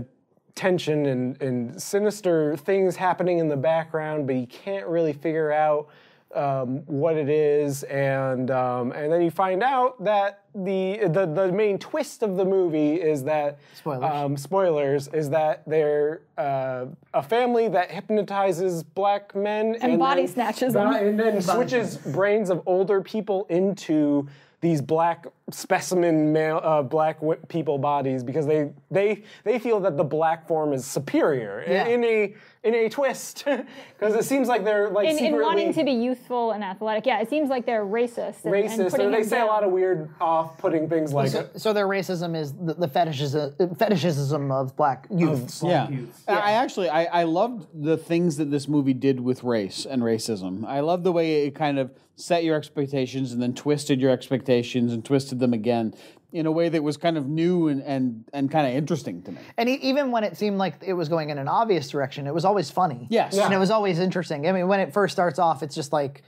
tension and, and sinister things happening in the background, but you can't really figure out um, what it is. And um, and then you find out that the, the the main twist of the movie is that spoilers, um, spoilers is that they're uh, a family that hypnotizes black men And body then- snatches them. and then And body switches brains of older people into these black specimen male uh, black wi- people bodies because they they they feel that the black form is superior i- Yeah. in a in a twist because it seems like they're like in, in secretly wanting to be youthful and athletic. Yeah, it seems like they're racist. And, and racist putting or they him say a down. lot of weird off off putting things like so, so their racism is the, the fetishism, fetishism of black youth. yeah. I I actually I, I loved the things that this movie did with race and racism. I love the way it kind of set your expectations and then twisted your expectations and twisted them again in a way that was kind of new and and, and kind of interesting to me. And e- even when it seemed like it was going in an obvious direction, it was always funny. Yes. And it was always interesting. I mean, when it first starts off, it's just like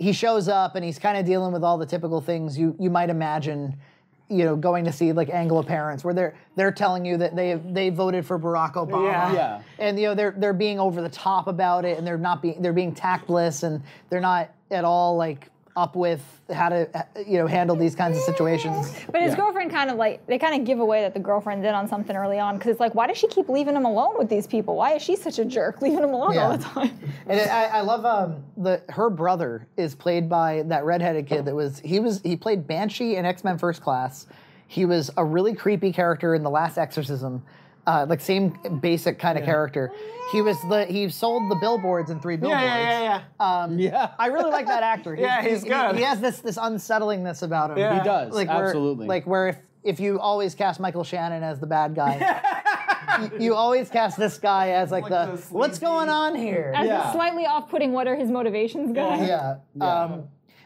he shows up and he's kind of dealing with all the typical things you you might imagine. You know, going to see like Anglo parents where they're they're telling you that they they voted for Barack Obama. Yeah. Yeah. And you know they're they're being over the top about it, and they're not being they're being tactless, and they're not at all like up with how to you know handle these kinds of situations. But his girlfriend kind of like they kind of give away that the girlfriend did on something early on because it's like, why does she keep leaving him alone with these people? Why is she such a jerk leaving him alone all the time? And it, I, I love um, the her brother is played by that redheaded kid that was he was he played Banshee in X Men First Class. He was a really creepy character in The Last Exorcism, uh, like same basic kind of character. He was the he sold the billboards in three billboards. yeah, yeah. Um, yeah. I really like that actor. Yeah, he's he- good. He, has this this unsettlingness about him. Yeah. He does, where- absolutely. Like where if if you always cast Michael Shannon as the bad guy. you- You always cast this guy as like, the, what's going on here? As a slightly off-putting, what are his motivations, guy? Yeah. Um,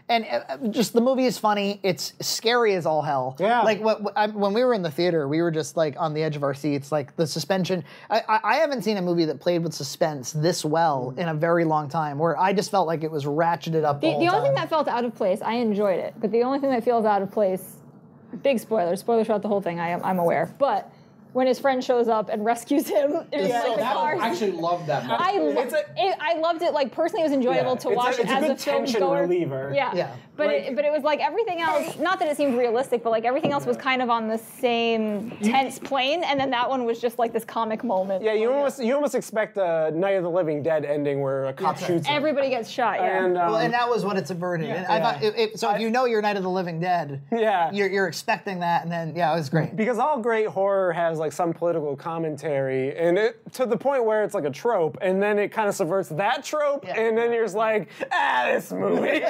and uh, uh, just the movie is funny. It's scary as all hell. Yeah. Like what, what- I, when we were in the theater, we were just like on the edge of our seats. Like the suspension. I, I, I haven't seen a movie that played with suspense this well in a very long time. Where I just felt like it was ratcheted up. The, whole the time. only thing that felt out of place, I enjoyed it, but the only thing that feels out of place, big spoilers, spoilers throughout the whole thing, I am, I'm aware, but when his friend shows up and rescues him, it's Yeah, like the that- car. I actually loved that. moment. I, lo- it, I loved it. Like personally, it was enjoyable Yeah. to It's a- watch it's a as good a film tension goer. reliever. Yeah, Yeah. But it, but it was like everything else. Not that it seemed realistic, but like everything else was kind of on the same tense plane, and then that one was just like this comic moment. Yeah, you almost you almost expect a Night of the Living Dead ending where a cop shoots. him. Everybody gets shot. Yeah. uh, And, um, well, and that was what it subverted. Yeah. and I thought it, it- so. If you know your Night of the Living Dead, yeah, you're, you're expecting that, and then yeah, it was great. Because all great horror has like some political commentary, and it to the point where it's like a trope, and then it kind of subverts that trope, and then you're just like, ah, this movie.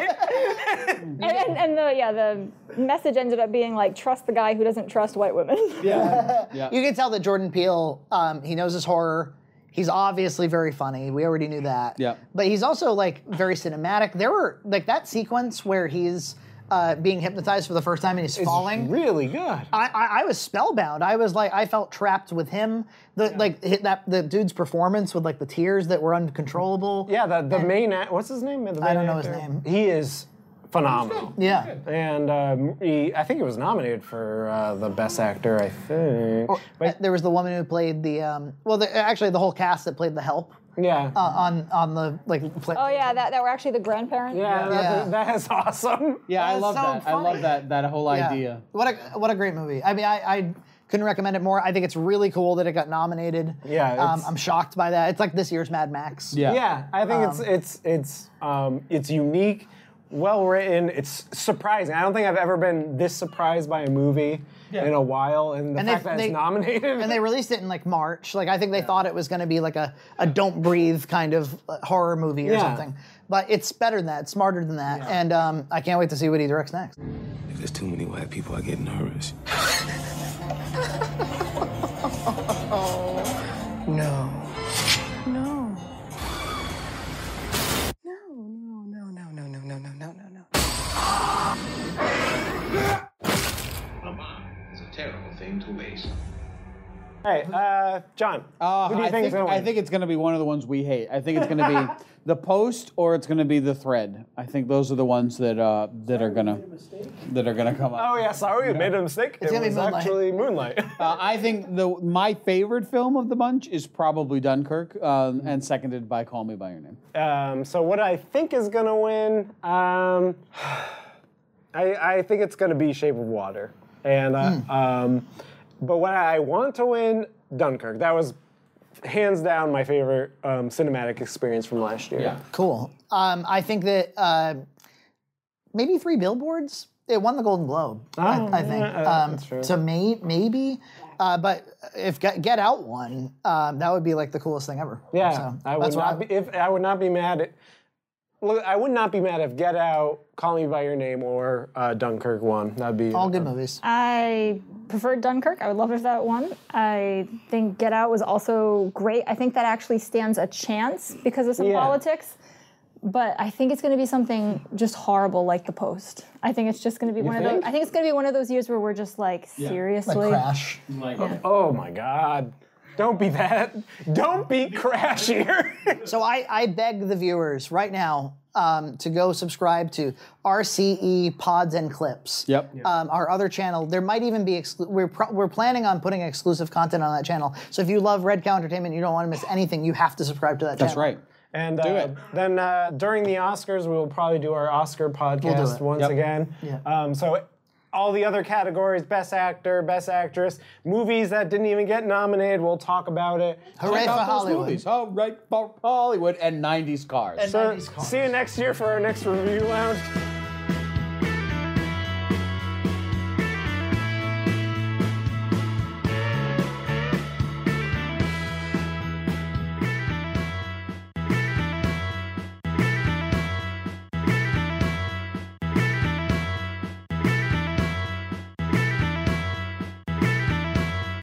And, and, and the yeah the message ended up being like trust the guy who doesn't trust white women. Yeah. Yeah. You can tell that Jordan Peele, um, he knows his horror. He's obviously very funny. We already knew that. Yeah. But he's also like very cinematic. There were like that sequence where he's uh, being hypnotized for the first time and he's falling. Really good. I, I, I was spellbound. I was like I felt trapped with him. The like hit that the dude's performance with like the tears that were uncontrollable. Yeah, the, the main act, what's his name? The I main don't know his actor? name. He is phenomenal. Yeah. And um, he, I think he was nominated for uh, the best actor. I think. Uh, there was the woman who played the um, well, the, actually the whole cast that played the help. Yeah. Uh, on on the like. Play, oh yeah, that, that were actually the grandparents. Yeah, that- Yeah. that is awesome. Yeah, I That's love so that. I funny. love that that whole Yeah. idea. What a what a great movie. I mean, I, I couldn't recommend it more. I think it's really cool that it got nominated. Yeah, um, it's- I'm shocked by that. It's like this year's Mad Max. Yeah, I think it's Um, it's it's um, it's unique, well written. It's surprising. I don't think I've ever been this surprised by a movie in a while, and the and fact they, that they it's nominated. and they released it in like March. Like I think they thought it was going to be like a, a Don't Breathe kind of uh, horror movie or Yeah. something. But it's better than that. It's smarter than that. And um, I can't wait to see what he directs next. If there's too many white people, I get nervous. No. No. No, no, no, no, no, no, no, no, no, no, no. It's a terrible thing to waste. Hey, uh, John. Uh, who do you I think is gonna I win? think it's going to be one of the ones we hate. I think it's going to be the post or it's going to be the thread. I think those are the ones that uh, that are going to that are going to come up. oh yeah, sorry, we made a mistake. It's it gonna be was Moonlight. actually Moonlight. Uh, I think the my favorite film of the bunch is probably Dunkirk, um, and seconded by Call Me by Your Name. Um, so what I think is gonna win, um, I, I think it's gonna be Shape of Water, and uh, um, but what I want to win, Dunkirk. That was hands down my favorite um, cinematic experience from last year. Yeah. Cool. Um, I think that uh, maybe three billboards. It won the Golden Globe, Oh, I, I think. yeah, uh, um, that's true. So may, maybe, uh, but if Get, Get Out won, um, that would be like the coolest thing ever. Yeah, So I would that's what not be if I would not be mad at look, I would not be mad if Get Out, Call Me by Your Name, or uh, Dunkirk won. That'd be All good movies. I preferred Dunkirk. I would love if that won. I think Get Out was also great. I think that actually stands a chance because of some Yeah. politics. But I think it's going to be something just horrible, like The Post. I think it's just going to be You one of think? those. I think it's going to be one of those years where we're just like, seriously, Like, oh my God. Don't be that. Don't be Crash here. so I, I beg the viewers right now um, to go subscribe to RCE Pods and Clips. Yep. Um, our other channel. There might even be exclu- we're pro- we're planning on putting exclusive content on that channel. So if you love Red Cow Entertainment, you don't want to miss anything. You have to subscribe to that That's channel. right. And uh, then uh, during the Oscars, we'll probably do our Oscar podcast it. once Yep. again. Yeah. Um, so all the other categories: best actor, best actress, movies that didn't even get nominated. We'll talk about it. Check out those Movies. All right for Hollywood and 90s cars. So, see you next year for our next review round.